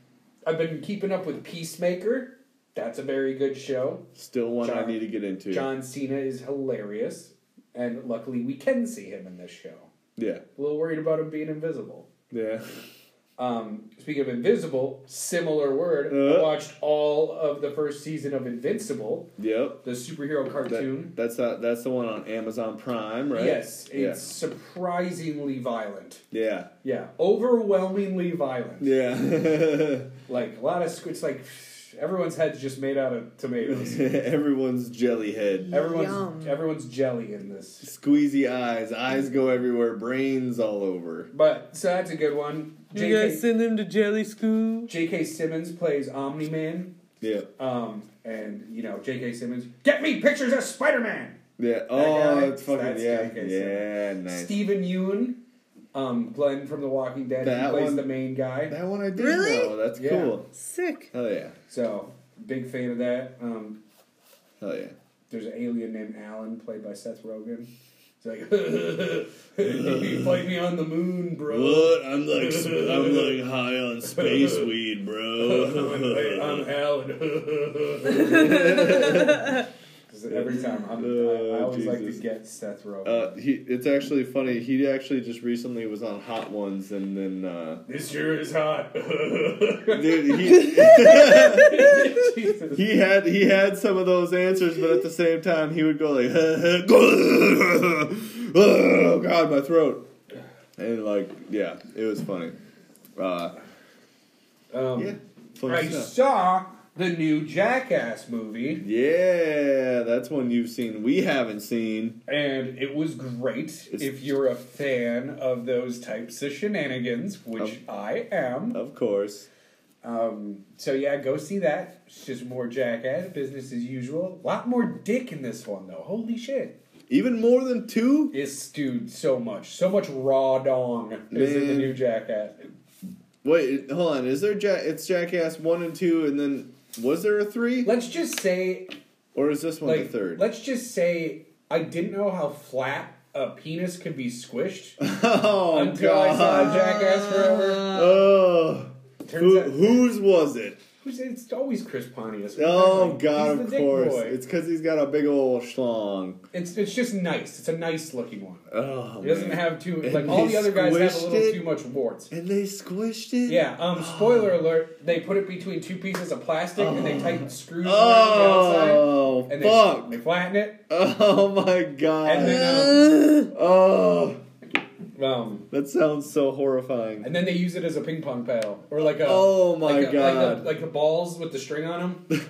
S2: I've been keeping up with Peacemaker. That's a very good show.
S3: Still one I
S2: John-
S3: need to get into.
S2: John Cena is hilarious, and luckily we can see him in this show.
S3: Yeah,
S2: A little worried about him being invisible.
S3: yeah.
S2: Um, speaking of invisible, similar word.
S3: Uh.
S2: I watched all of the first season of Invincible,
S3: Yep.
S2: the superhero cartoon.
S3: That, that's that, that's the one on Amazon Prime, right?
S2: Yes, it's
S3: Yeah.
S2: surprisingly violent.
S3: Yeah.
S2: Yeah, overwhelmingly violent.
S3: Yeah.
S2: Like a lot of squ- it's like everyone's head's just made out of tomatoes.
S3: Everyone's jelly head.
S2: Everyone's
S1: Yum.
S2: everyone's jelly in this.
S3: Squeezy eyes, eyes go everywhere, brains all over.
S2: But so that's a good one. J.K.
S1: send them to jelly school?
S2: J.K. Simmons plays Omni Man,
S3: Yeah,
S2: um, and you know J.K. Simmons, get me pictures of Spider Man.
S3: yeah. Oh,
S2: guy,
S3: that's fucking
S2: that's
S3: yeah,
S2: J.K.
S3: yeah, nice.
S2: Stephen Ewan, um, Glenn from The Walking Dead,
S3: That
S2: he plays
S3: one-
S2: the main guy.
S3: That one I did
S1: Really?
S3: know. That's
S2: Yeah.
S3: cool.
S1: Sick.
S3: Hell yeah,
S2: So big fan of that. Um,
S3: hell yeah.
S2: there's an alien named Alan played by Seth Rogen. It's like, you fight me on the moon, bro.
S3: What? I'm like sp- I'm like high on space weed, bro.
S2: I'm Alan. 'Cause every time I'm, I, I
S3: Oh,
S2: always like to
S3: Jesus.
S2: get Seth Rogen.
S3: Uh, he, it's actually funny. He actually just recently was on Hot Ones, and then uh,
S2: this year is hot.
S3: dude, he,
S2: Jesus.
S3: he had he had some of those answers, but at the same time, he would go like, "Oh God, my throat," and like, yeah, it was funny. Uh,
S2: Um,
S3: yeah, funny
S2: I
S3: stuff.
S2: saw the new Jackass movie,
S3: Yeah, that's one you've seen. We haven't seen.
S2: and it was great.
S3: It's-
S2: if you're a fan of those types of shenanigans, which
S3: Oh.
S2: I am,
S3: Of course.
S2: um, so yeah, go see that. It's just more Jackass, business as usual. A lot more dick in this one, though. Holy shit!
S3: Even more than two?
S2: It's dude, so much, so much raw dong is in the
S3: Man.
S2: new Jackass.
S3: Wait, hold on. Is there ja- it's Jackass 1 and 2 and then was there a 3?
S2: Let's just say,
S3: Or is this one
S2: like,
S3: the third?
S2: let's just say, I didn't know how flat a penis could be squished
S3: oh
S2: until
S3: god.
S2: I saw Jackass Forever.
S3: oh.
S2: Turns
S3: Who,
S2: out-
S3: whose was it?
S2: Who's it's always Chris Pontius.
S3: Oh
S2: He's
S3: god,
S2: the
S3: of
S2: dick
S3: course.
S2: boy.
S3: It's cuz he's got a big old schlong.
S2: It's it's just nice. It's a nice looking one.
S3: Oh.
S2: It doesn't
S3: man.
S2: have too
S3: And
S2: like all
S3: they
S2: the other guys have a
S3: squished
S2: little
S3: it?
S2: too much warts.
S3: And they squished it?
S2: Yeah. Um. Spoiler alert: They put it between two pieces of plastic and they tighten screws around
S3: Oh,
S2: the outside and they,
S3: fuck.
S2: they flatten it.
S3: Oh my god.
S2: And
S3: oh,
S2: Um.
S3: that sounds so horrifying.
S2: And then they use it as a ping pong paddle or like a
S3: Oh my
S2: like a- like,
S3: god.
S2: the, like the balls with the string on them.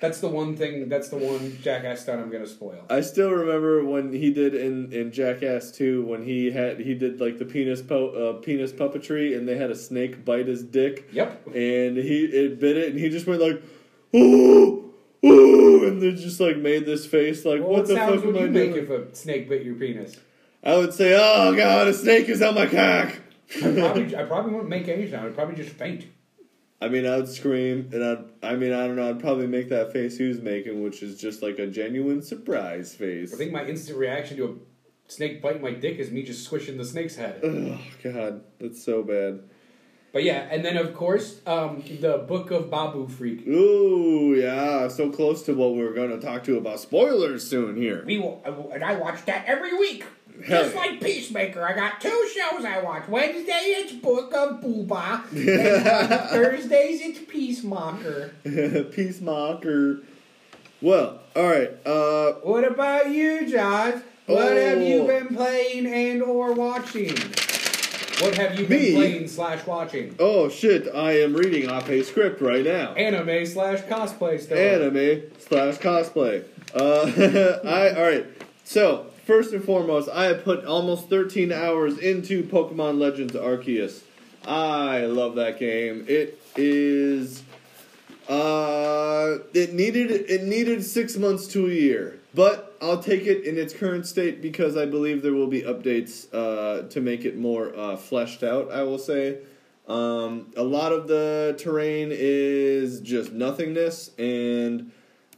S2: that's the one thing. That's the one jackass stunt I'm gonna spoil.
S3: I still remember when he did in, in Jackass 2 when he had he did like the penis po- uh, penis puppetry and they had a snake bite his dick.
S2: Yep.
S3: And he it bit it and he just went like ooh ooh and they just like made this face like
S2: Well,
S3: what the
S2: sounds
S3: fuck am
S2: would
S3: I
S2: you make
S3: doing?
S2: if a snake bit your penis?
S3: I would say oh god a snake is on my cock.
S2: I probably, I probably wouldn't make any sound. I'd probably just faint.
S3: I mean, I would scream, and I'd, I mean, I don't know, I'd probably make that face he was making, which is just like a genuine surprise face.
S2: I think my instant reaction to a snake biting my dick is me just squishing the snake's head.
S3: oh, God, that's so bad.
S2: But yeah, and then of course, um, the Book of Babu Freak.
S3: Ooh, yeah, so close to what we are going to talk to about spoilers soon here.
S2: We will, and I watch that every week.
S3: Hell
S2: Just
S3: yeah.
S2: like Peacemaker, I got two shows I watch. Wednesday it's Book of Booba, and on Thursdays it's Peacemaker.
S3: Peace mocker. Well, alright, uh,
S2: What about you, Josh? What have you
S3: Oh.
S2: been playing and or watching? What have you been
S3: Me?
S2: playing slash watching?
S3: oh shit, I am reading off a script right now.
S2: Anime slash cosplay stuff.
S3: anime slash cosplay. Uh, I all right. So first and foremost, I have put almost 13 hours into Pokemon Legends Arceus. I love that game. It is. Uh, it needed it needed six months to a year, but I'll take it in its current state because I believe there will be updates uh, to make it more uh, fleshed out. I will say, um, a lot of the terrain is just nothingness, and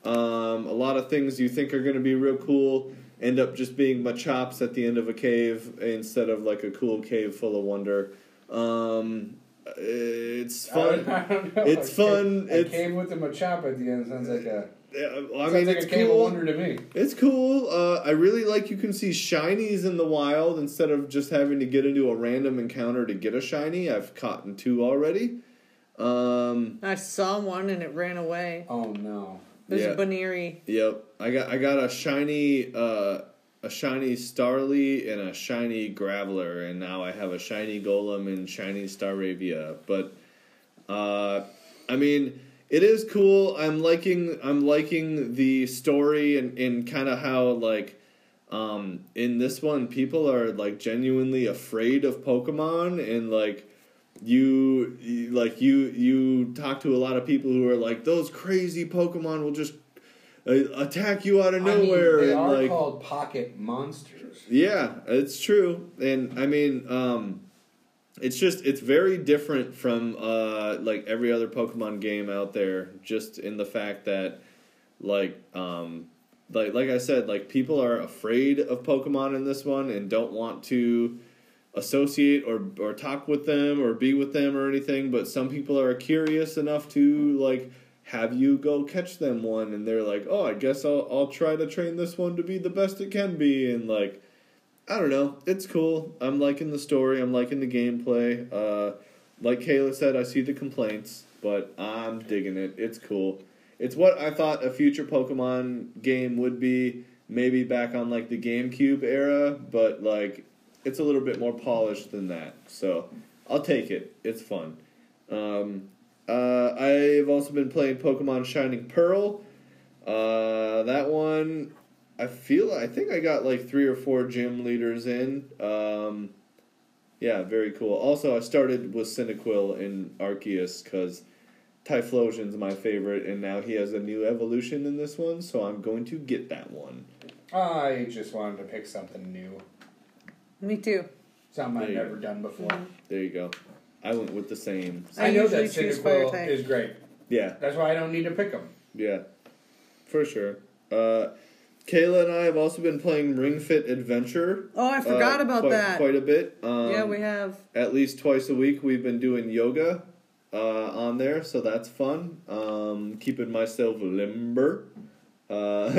S3: um, a lot of things you think are going to be real cool end up just being machops at the end of a cave instead of like a cool cave full of wonder. Um, it's
S2: I don't-
S3: fun.
S2: I don't know.
S3: It's
S2: It
S3: fun,
S2: came- It
S3: it's-
S2: came with the Machop at the end. Sounds like a.
S3: Yeah, I
S2: sounds
S3: mean,
S2: like
S3: it's
S2: a cave
S3: cool.
S2: of wonder to me.
S3: It's cool. Uh, I really like you can see shinies in the wild instead of just having to get into a random encounter to get a shiny. I've caught in two already. Um,
S1: I saw one and it ran away.
S2: Oh no.
S1: It was
S3: Yeah.
S1: a Baneri.
S3: yep, I got I got a shiny uh, a shiny Starly and a shiny Graveler, and now I have a shiny Golem and shiny Staravia. But Uh, I mean, it is cool. I'm liking I'm liking the story and, and kind of how like um, in this one people are like genuinely afraid of Pokemon and like you, you like you you talk to a lot of people who are like those crazy Pokemon will just uh, attack you out of nowhere
S2: I mean, they
S3: and
S2: are
S3: like
S2: called pocket monsters.
S3: yeah, it's true, and I mean, um, it's just it's very different from uh, like every other Pokemon game out there, just in the fact that like um, like like I said, like people are afraid of Pokemon in this one and don't want to associate or or talk with them or be with them or anything. But some people are curious enough to like have you go catch them one, and they're like, oh, I guess I'll I'll try to train this one to be the best it can be, and like. I don't know. It's cool. I'm liking the story. I'm liking the gameplay. Uh, like Kayla said, I see the complaints, but I'm digging it. It's cool. It's what I thought a future Pokemon game would be, maybe back on like the GameCube era, but like it's a little bit more polished than that. So I'll take it. It's fun. Um, uh, I've also been playing Pokemon Shining Pearl. Uh, that one, I feel I think I got like three or four gym leaders in. Um, yeah, very cool. Also, I started with Cinequil in Arceus because Typhlosion's my favorite, and now he has a new evolution in this one, so I'm going to get that one.
S2: I just wanted to pick something new.
S4: Me too.
S2: Something I've
S3: There you
S2: never done before.
S3: There you go. I went with the same.
S4: Mm-hmm. I
S2: I, know
S4: usually
S2: that
S4: choose fire
S2: Cyndaquil
S4: type.
S2: is great.
S3: Yeah,
S2: That's why I don't need to pick them.
S3: yeah, for sure. Uh, Kayla and I have also been playing Ring Fit Adventure.
S4: Oh, I forgot
S3: uh,
S4: about
S3: quite,
S4: that.
S3: quite a bit. Um,
S4: yeah, we have.
S3: at least twice a week we've been doing yoga uh, on there so that's fun um, keeping myself limber uh,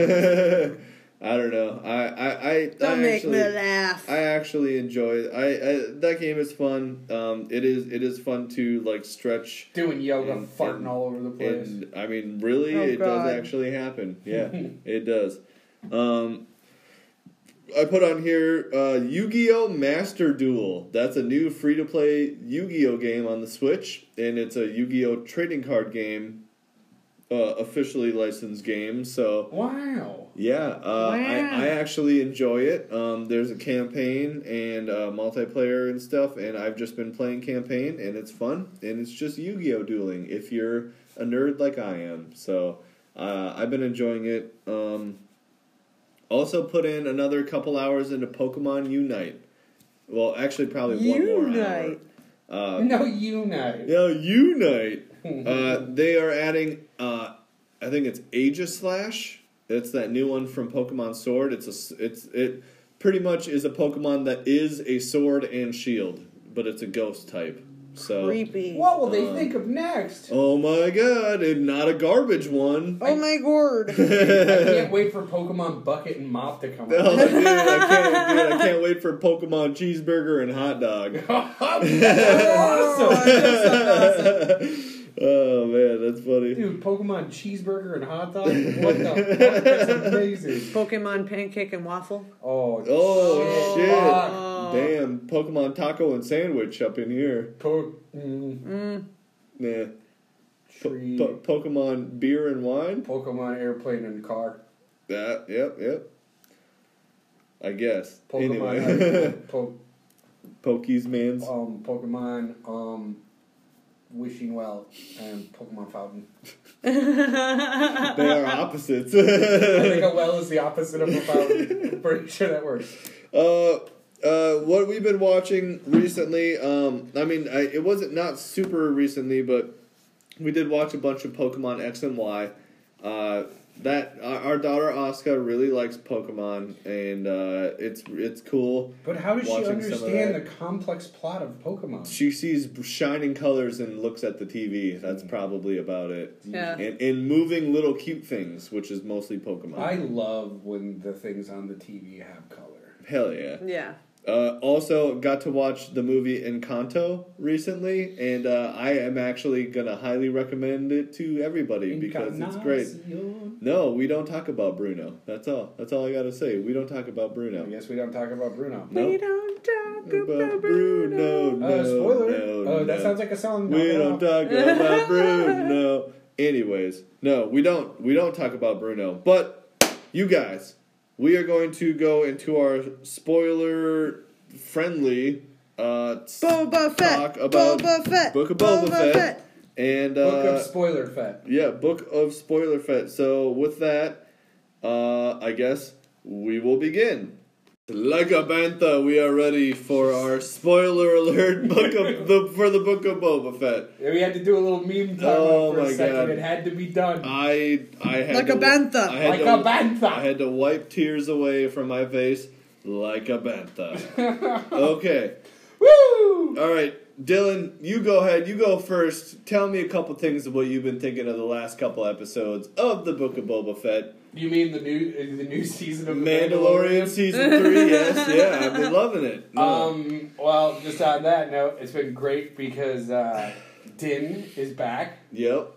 S3: i don't know i i i,
S4: Don't
S3: I
S4: make
S3: actually,
S4: me laugh.
S3: I actually enjoy it. I, I that game is fun. Um, it is it is fun to like stretch
S2: Doing yoga,
S3: And-
S2: farting
S3: and-
S2: all over the place.
S3: and I mean really
S4: Oh,
S3: it
S4: God.
S3: does actually happen. Yeah, it does. Um, I put on here uh, Yu-Gi-Oh Master Duel. That's a new free-to-play Yu-Gi-Oh game on the Switch, and it's a Yu-Gi-Oh trading card game, uh, officially licensed game. So
S2: wow.
S3: yeah, uh,
S4: Wow.
S3: I, I actually enjoy it. Um, there's a campaign and uh, multiplayer and stuff, and I've just been playing campaign, and it's fun, and it's just Yu Gi Oh! dueling if you're a nerd like I am. So uh, I've been enjoying it. Um, also, put in another couple hours into Pokemon Unite. Well, actually, probably one more hour.
S4: Unite.
S3: Uh,
S2: No, unite.
S3: yeah, Unite. uh, they are adding, uh, I think it's Aegislash. It's that new one from Pokemon Sword. It's a, s- it's it pretty much is a Pokemon that is a sword and shield, but it's a ghost type. So,
S4: Creepy.
S2: What will they
S3: Um,
S2: think of next?
S3: oh my god, and not a garbage one.
S4: Oh my gourd.
S2: I can't wait for Pokemon Bucket and Mop to come
S3: Oh,
S2: out.
S3: dude, I can't, dude, I can't wait for Pokemon cheeseburger and hot dog.
S2: That's awesome.
S3: oh man, that's funny.
S2: Dude, Pokemon cheeseburger and hot dog? What the fuck? That's amazing.
S4: Pokemon pancake and waffle.
S2: Oh,
S3: Oh shit!
S2: Fuck.
S3: Damn, Pokemon taco and sandwich up in here.
S2: Po- mm,
S3: Nah,
S2: tree.
S3: Po- Pokemon beer and wine.
S2: Pokemon airplane and car.
S3: That, yep, yep. I guess.
S2: Pokemon.
S3: Anyway,
S2: po-
S3: Pokies man's.
S2: um, Pokemon um, Wishing Well and Pokemon Fountain.
S3: They are opposites.
S2: I think a well is the opposite of a fountain. Pretty sure that works.
S3: Uh, uh, what we've been watching recently, um, I mean, I, it wasn't not super recently, but we did watch a bunch of Pokemon X and Y. Uh, that our, our daughter Asuka really likes Pokemon, and uh, it's it's cool.
S2: But how does
S3: Watching
S2: she
S3: some of
S2: understand the
S3: that.
S2: complex plot of Pokemon?
S3: She sees shining colors and looks at the TV. That's probably about it.
S4: Yeah.
S3: And, and moving little cute things, which is mostly Pokemon.
S2: I love when the things on the TV have color.
S3: Hell yeah.
S4: Yeah.
S3: Uh, also, got to watch the movie Encanto recently, and uh, I am actually gonna highly recommend it to everybody because it's great.
S2: Encarnacion.
S3: No, we don't talk about Bruno. That's all. That's all I gotta say. We don't talk about
S2: I
S3: Bruno.
S2: guess we don't talk about Bruno.
S3: No.
S4: We don't talk
S3: About
S4: about
S3: Bruno.
S4: Bruno.
S2: Uh,
S3: No,
S2: spoiler.
S3: no,
S2: oh, that
S3: no.
S2: sounds like a song.
S3: We
S2: No,
S3: don't
S2: no.
S3: talk about Bruno. Anyways, no, we don't. We don't talk about Bruno. But you guys, we are going to go into our spoiler friendly. Uh,
S4: Boba Fett.
S3: Talk about
S4: Boba Fett.
S3: Book of Boba, Fett. And uh,
S2: Book of spoiler fat.
S3: yeah, Book of Spoiler Fett. So with that, uh, I guess we will begin. Like a bantha, we are ready for our spoiler alert book of the for the book of Boba Fett.
S2: We had to do a little meme time
S3: Oh
S2: for
S3: my
S2: a second.
S3: God.
S2: It had to be done.
S3: I I had
S1: Like
S3: to
S1: a
S3: wi-
S1: bantha.
S3: I had
S2: like
S3: to-
S2: a bantha.
S3: I had to wipe tears away from my face like a bantha. okay.
S2: Woo!
S3: All right, Dylan, you go ahead. You go first. Tell me a couple things of what you've been thinking of the last couple episodes of the Book of Boba Fett.
S2: You mean the new uh, the new season of The
S3: Mandalorian season 3. Yes, yeah. I've been loving it. No.
S2: Um. Well, just on that note, it's been great because uh, Din is back,
S3: yep.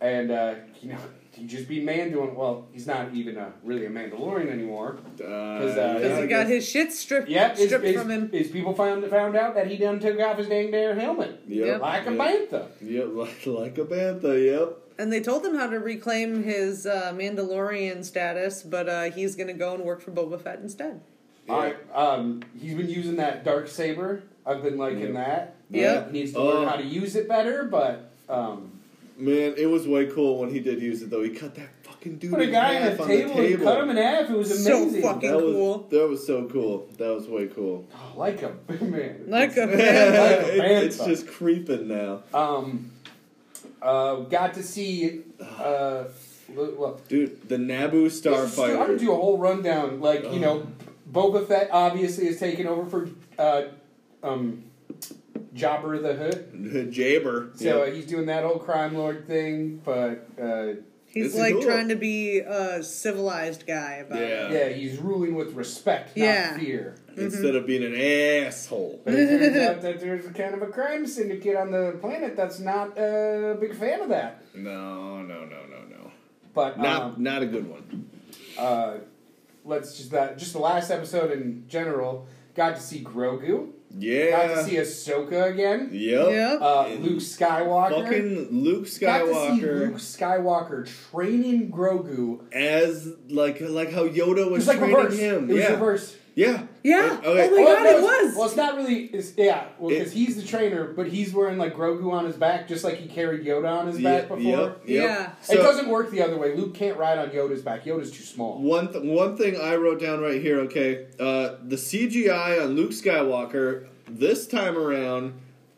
S2: and uh, you know he just be man doing. Well, he's not even a, really a Mandalorian anymore.
S3: Because
S2: uh,
S1: Because he got his shit stripped,
S2: Yep. Is,
S1: stripped
S2: is-
S1: from him.
S2: is people found found out that he done took off his dang bear helmet
S3: Yep.
S2: like a
S3: yep.
S2: bantha.
S3: Yep, like, like a bantha, yep.
S1: And they told him how to reclaim his uh, Mandalorian status, but uh, he's going to go and work for Boba Fett instead.
S2: All right. Um. He's been using that dark saber. I've been liking that.
S1: Yep.
S2: He needs to
S3: Oh.
S2: learn how to use it better, but um.
S3: Man, it was way cool when he did use it, though. He cut that fucking dude
S2: Put a
S3: in
S2: guy
S3: half
S2: on the
S3: on
S2: table,
S3: the
S2: and
S3: table.
S2: cut him in half. It was
S1: So
S2: amazing.
S1: fucking-
S3: that was,
S1: cool.
S3: That was so cool. That was way cool.
S2: Oh, like a man.
S1: Like a
S2: Like a
S3: It's- it's
S2: bantha.
S3: just creeping now.
S2: Um, uh, got to see. Uh, l- well,
S3: Dude, the Naboo
S2: this is- I'm gonna
S3: Starfighter.
S2: do a whole rundown. Like you know, Boba Fett obviously is taking over for uh, um, Jabber the Hood,
S3: Jaber.
S2: so
S3: Yep.
S2: uh, he's doing that whole crime lord thing. But uh,
S1: He's
S3: This is
S1: like
S3: cool.
S1: trying to be a civilized guy about it.
S3: Yeah.
S2: yeah, he's ruling with respect, not
S1: Yeah.
S2: fear.
S3: Instead of being an asshole.
S2: But it turns out that there's kind of a crime syndicate on the planet that's not uh, a big fan of that.
S3: No, no, no, no, no.
S2: But
S3: Not
S2: um,
S3: not a good one.
S2: uh, let's just that just the last episode in general got to see Grogu,
S3: Yeah.
S2: got to see Ahsoka again,
S3: Yep.
S1: Yep.
S2: uh,
S3: And
S2: Luke Skywalker,
S3: Fucking Luke
S2: got to see
S3: Skywalker
S2: Luke Skywalker training Grogu.
S3: as like like how Yoda
S2: It
S3: was
S2: was like
S3: training
S2: reverse.
S3: him.
S2: It was
S3: yeah.
S2: reverse.
S3: Yeah.
S1: Yeah.
S3: Uh, okay.
S1: Oh my
S2: Well,
S1: God,
S2: no,
S1: it was.
S2: Well, it's not really. It's, yeah, well,
S3: It-
S2: because he's the trainer, but he's wearing like Grogu on his back, just like he carried Yoda on his
S3: Yeah,
S2: back before.
S3: Yep, yep.
S1: Yeah.
S2: it
S3: So-
S2: doesn't work the other way. Luke can't ride on Yoda's back. Yoda's too small.
S3: One th- one thing I wrote down right here. Okay, uh, the CGI on Luke Skywalker this time around,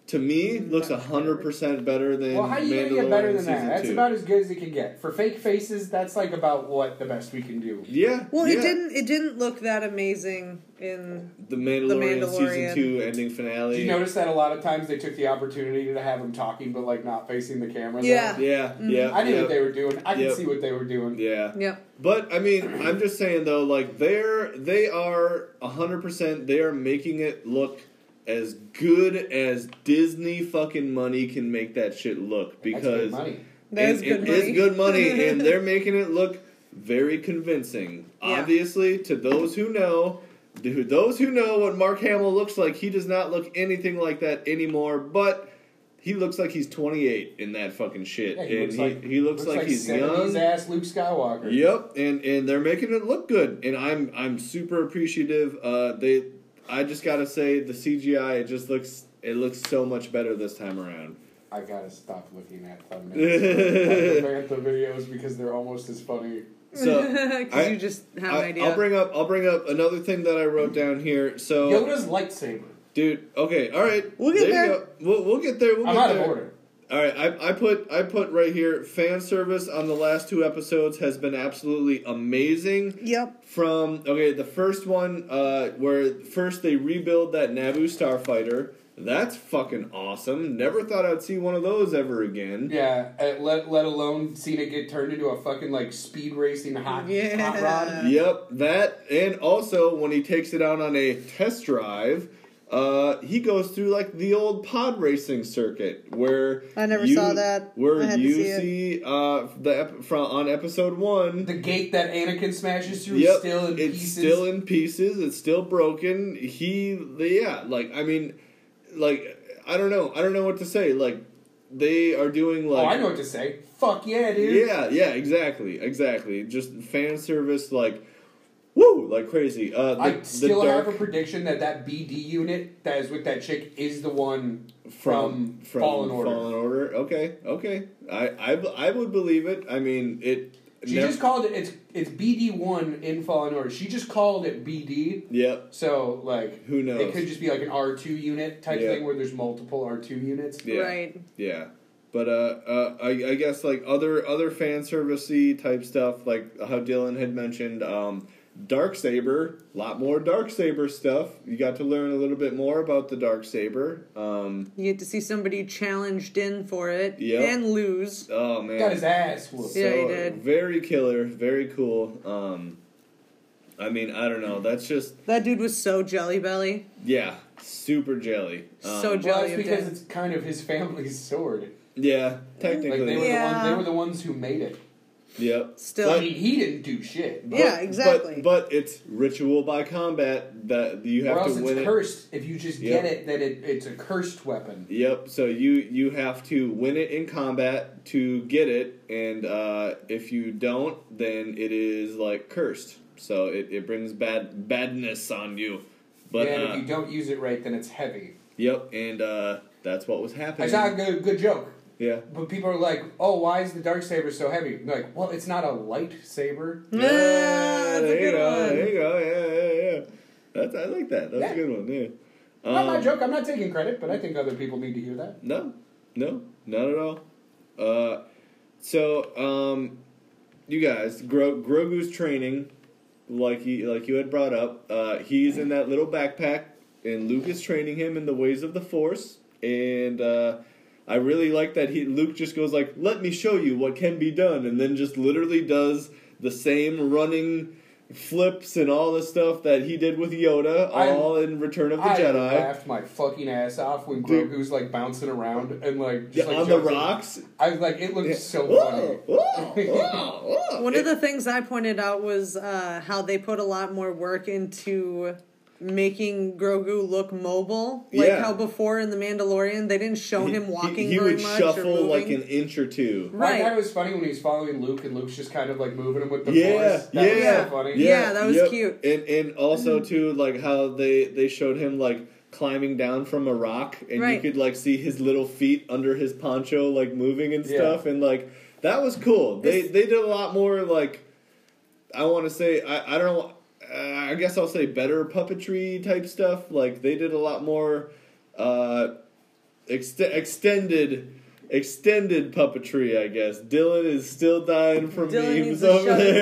S3: to me, looks hundred percent better than
S2: Well, how you gonna get
S3: Mandalorian
S2: better than
S3: season
S2: that? That's
S3: two.
S2: about as good as it can get. For fake faces, that's like about what the best we can do.
S3: yeah.
S1: well,
S3: yeah.
S1: it didn't. It didn't look that amazing in
S3: The Mandalorian,
S1: Mandalorian.
S3: season two ending finale.
S2: Did you notice that a lot of times they took the opportunity to have him talking, but like not facing the camera? though?
S1: Yeah.
S3: Yeah, yeah.
S2: I knew
S3: yeah,
S2: what they were doing. I could
S3: Yep.
S2: see what they were doing.
S3: Yeah.
S1: Yep.
S3: But I mean, I'm just saying though, like they're they are hundred percent. They are making it look as good as Disney fucking money can make that shit
S2: That's
S3: look
S2: good
S3: because
S2: money.
S1: That is
S3: it-
S1: good
S3: it
S1: money.
S3: is good money, and they're making it look very convincing.
S1: Yeah.
S3: Obviously, to those who know. To those who know what Mark Hamill looks like, he does not look anything like that anymore. But he looks like he's 28 in that fucking shit,
S2: Yeah, he
S3: and
S2: looks
S3: he,
S2: like
S3: he looks, like, he's
S2: 70s
S3: young.
S2: ass Luke Skywalker.
S3: Yep, and and they're making it look good, and I'm I'm super appreciative. Uh, they, I just gotta say the CGI it just looks it looks so much better this time around.
S2: I gotta stop looking at thumbnails, like the Mantha videos because they're almost as funny.
S3: So
S1: Because
S3: I-
S1: you just have an
S3: I,
S1: idea.
S3: will bring up I'll bring up another thing that I wrote down here. So
S2: Yoda's lightsaber.
S3: dude, okay, all right,
S1: We'll get
S3: you
S1: there.
S3: go. We'll, we'll get there. We'll
S2: I'm
S3: get
S2: out
S3: there.
S2: of order.
S3: All right, I, I put I put right here fan service on the last two episodes has been absolutely amazing.
S1: Yep.
S3: from okay the first one uh where first they rebuild that naboo starfighter that's fucking awesome never thought i'd see one of those ever again
S2: Yeah, uh, let let alone seeing it get turned into a fucking like speed racing hot,
S1: Yeah.
S2: hot rod.
S3: yep that and also when he takes it out on a test drive uh he goes through like the old pod racing circuit where
S1: I never
S3: you-
S1: saw that.
S3: where
S1: I had to
S3: you
S1: see it.
S3: see uh the ep- from on episode one
S2: The gate that Anakin smashes through
S3: Yep,
S2: is still in
S3: it's
S2: pieces.
S3: still in pieces. It's still broken. He, yeah, like I mean, like I don't know. I don't know what to say. Like they are doing like
S2: oh, I know what to say. Fuck yeah, dude.
S3: yeah, yeah, exactly, exactly. Just fan service, like woo, like crazy. Uh, the,
S2: I
S3: the
S2: still
S3: dark
S2: have a prediction that that BD unit that is with that chick is the one from, Fallen Order.
S3: Fallen Order. Okay, okay. I, I, I would believe it. I mean, it
S2: She
S3: Nev-
S2: just called it. It's it's BD one in Fallen Order. She just called it BD.
S3: Yep.
S2: So like,
S3: Who knows?
S2: It could just be like an R two unit type
S3: Yeah.
S2: thing where there's multiple R two units.
S3: Yeah.
S4: Right.
S3: Yeah. But uh, uh, I, I guess like other other fan servicey type stuff, like how Dylan had mentioned, um, Dark Saber, a lot more Dark Saber stuff. You got to learn a little bit more about the Dark Saber. Um,
S4: You get to see somebody challenged in for it
S3: Yep.
S4: and lose.
S3: oh man,
S2: Got his ass whooped.
S3: So,
S4: Yeah, he did.
S3: Very killer, very cool. Um, I mean, I don't know. That's just
S4: That dude was so jelly belly.
S3: yeah, super jelly. Um,
S4: So
S2: Well, that's
S4: Jelly
S2: because
S4: did.
S2: it's kind of his family's sword.
S3: yeah,
S2: Like
S3: technically,
S2: they were the ones,
S4: Yeah.
S2: they were the ones who made it.
S3: yep.
S4: Still.
S2: I mean, he didn't do shit.
S4: Yeah, exactly.
S3: But, but it's ritual by combat that you have
S2: or else
S3: to
S2: it's
S3: win it.
S2: cursed. If you just
S3: Yep.
S2: get it, that it, it's a cursed weapon.
S3: Yep. So you you have to win it in combat to get it, and uh, if you don't, then it is like cursed. So it, it brings bad badness on you. But
S2: and
S3: uh,
S2: if you don't use it right, then it's heavy.
S3: yep, and uh, that's what was
S2: I
S3: happening.
S2: saw a good, good joke.
S3: yeah.
S2: But people are like, "Oh, why is the dark saber so heavy?" And they're like, "Well, it's not a lightsaber."
S4: Yeah,
S3: Yeah,
S4: Ah, that's a
S3: there you
S4: good
S3: go.
S4: one.
S3: There you go. Yeah, yeah, yeah. That's I like that. That's
S2: Yeah.
S3: a good one. Yeah.
S2: not my
S3: Um,
S2: joke. I'm not taking credit, but I think other people need to hear that.
S3: No, no, not at all. Uh, so, um, you guys, Gro- Grogu's training, like you like you had brought up, uh, he's in that little backpack, and Luke is training him in the ways of the Force, and uh, I really like that he Luke just goes like, "Let me show you what can be done," and then just literally does the same running. Flips and all the stuff that he did with Yoda,
S2: I-
S3: all in Return of the
S2: I
S3: Jedi.
S2: laughed my fucking ass off when
S3: Dude.
S2: Grogu's like bouncing around and like
S3: Yeah,
S2: just like
S3: on the
S2: joking.
S3: rocks,
S2: I was like, it looked so funny.
S3: Whoa, whoa, whoa, whoa.
S4: One of the things I pointed out was uh, how they put a lot more work into making Grogu look mobile. Like
S3: Yeah.
S4: how before in The Mandalorian they didn't show him walking
S3: He, he
S4: very
S3: would
S4: much or
S3: shuffle
S4: moving.
S3: like an inch or two.
S2: I
S4: Right.
S2: thought it was funny when he was following Luke and Luke's just kind of like moving him with the
S3: Yeah,
S2: force. That was
S3: yeah,
S2: so funny.
S4: Yeah, that was cute.
S3: And and also too, like how they they showed him like climbing down from a rock, and you
S4: Right.
S3: could like see his little feet under his poncho, like moving and
S2: Yeah.
S3: stuff, and like that was cool. They
S4: This-
S3: they did a lot more like I want to say I I don't. Uh, I guess I'll say better puppetry type stuff. Like they did a lot more uh, ext- extended extended puppetry, I guess. Dylan is still dying from
S4: Dylan
S3: memes
S4: needs to
S3: over
S4: shut his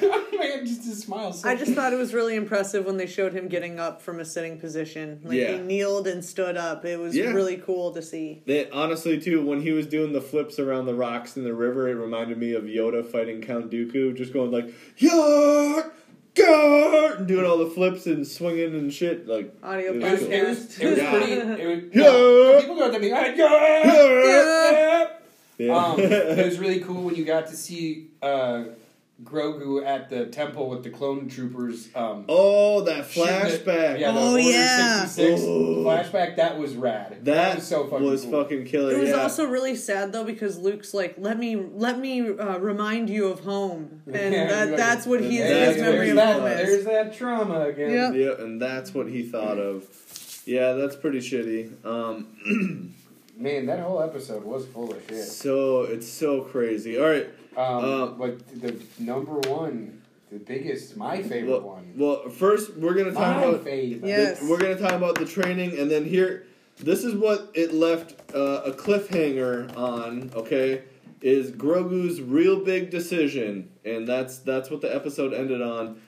S3: there.
S2: Man, just his smile. So
S4: I just thought it was really impressive when they showed him getting up from a sitting position. Like
S3: Yeah.
S4: he kneeled and stood up. It was
S3: Yeah.
S4: really cool to see.
S3: They- honestly, too, when he was doing the flips around the rocks in the river, it reminded me of Yoda fighting Count Dooku, just going like "Yark, Yark," and doing all the flips and swinging and shit. Like
S4: Audio
S3: it
S2: it was, it was, it was
S3: Yeah.
S2: pretty. It was,
S3: Yeah.
S2: People go at me. Yeah. Yeah.
S3: Yeah.
S2: Um, it was really cool when you got to see uh, Grogu at the temple with the clone troopers. Um,
S3: oh, that
S2: shooting the-
S3: flashback!
S2: yeah, the
S4: Oh,
S2: Order
S4: yeah.
S2: 66
S3: Ooh.
S2: flashback. That was rad.
S3: that,
S2: was so fucking
S3: was
S2: cool.
S3: fucking killer.
S4: It was
S3: yeah.
S4: also really sad though because Luke's like, "Let me, let me uh, remind you of home," and
S2: Yeah,
S4: that,
S2: like-
S4: that's what he
S3: That's
S4: his
S2: there's,
S4: memory of
S3: what he
S2: that,
S4: home
S3: was.
S4: is.
S2: there's that trauma again.
S4: Yep.
S3: Yeah, and that's what he thought of. Yeah, that's pretty shitty. Um,
S2: Man, that whole episode was full of shit.
S3: so it's so crazy. All right.
S2: Um,
S3: Uh,
S2: but the number one, the biggest, my favorite
S3: Well,
S2: one.
S3: well, first we're gonna talk
S2: My
S3: about
S2: favorite.
S4: Yeah.
S3: the- we're gonna talk about the training, and then here, this is what it left uh, a cliffhanger on. Okay, is Grogu's real big decision, and that's that's what the episode ended on.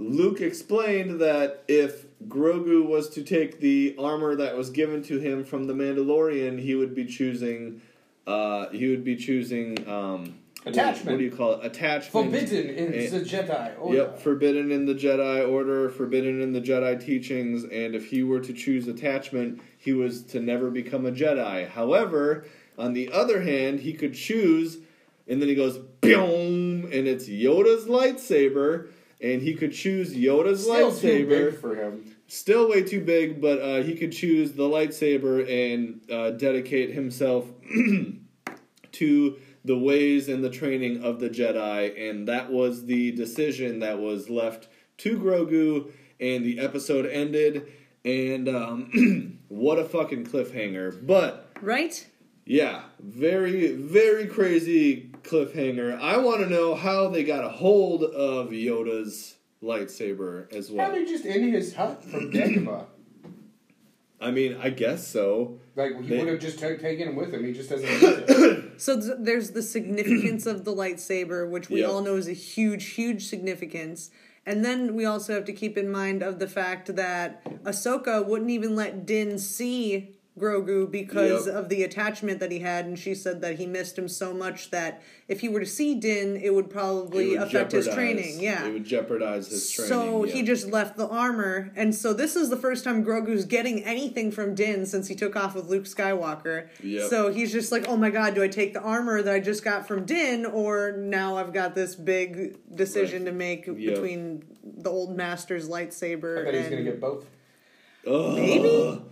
S3: Luke explained that if Grogu was to take the armor that was given to him from the Mandalorian, he would be choosing. Uh, he would be choosing um, what- What,
S2: Attachment.
S3: do you call it? Attachment.
S2: Forbidden in
S3: Eh.
S2: the Jedi Order.
S3: Yep, forbidden in the Jedi Order, forbidden in the Jedi teachings, and if he were to choose attachment, he was to never become a Jedi. However, on the other hand, he could choose, and then he goes, boom, and it's Yoda's lightsaber, and he could choose Yoda's
S2: Still too
S3: lightsaber.
S2: big for him.
S3: Still way too big, but uh, he could choose the lightsaber and uh, dedicate himself to the ways and the training of the Jedi, and that was the decision that was left to Grogu, and the episode ended, and um, what a fucking cliffhanger. But
S4: Right?
S3: yeah, very, very crazy cliffhanger. I want to know how they got a hold of Yoda's lightsaber as well.
S2: Probably just in his hut from Dagobah.
S3: I mean, I guess so.
S2: Like he
S3: They-
S2: would have just ta- taken him with him. He just doesn't. use it.
S1: So th- there's the significance of the lightsaber, which we
S3: Yeah.
S1: all know is a huge, huge significance. And then we also have to keep in mind of the fact that Ahsoka wouldn't even let Din see Grogu because
S3: Yep.
S1: of the attachment that he had, and she said that he missed him so much that if he were to see Din, it would probably
S3: It would
S1: affect his
S3: jeopardize-
S1: training. Yeah.
S3: it would jeopardize his training.
S1: So
S3: yeah.
S1: he just left the armor, and so this is the first time Grogu's getting anything from Din since he took off with Luke Skywalker.
S3: Yep.
S1: So he's just like, oh my god, do I take the armor that I just got from Din, or now I've got this big decision to make between the old master's
S2: I
S1: lightsaber
S2: bet he's gonna
S1: and
S2: get both.
S3: Ugh. Uh.
S1: maybe,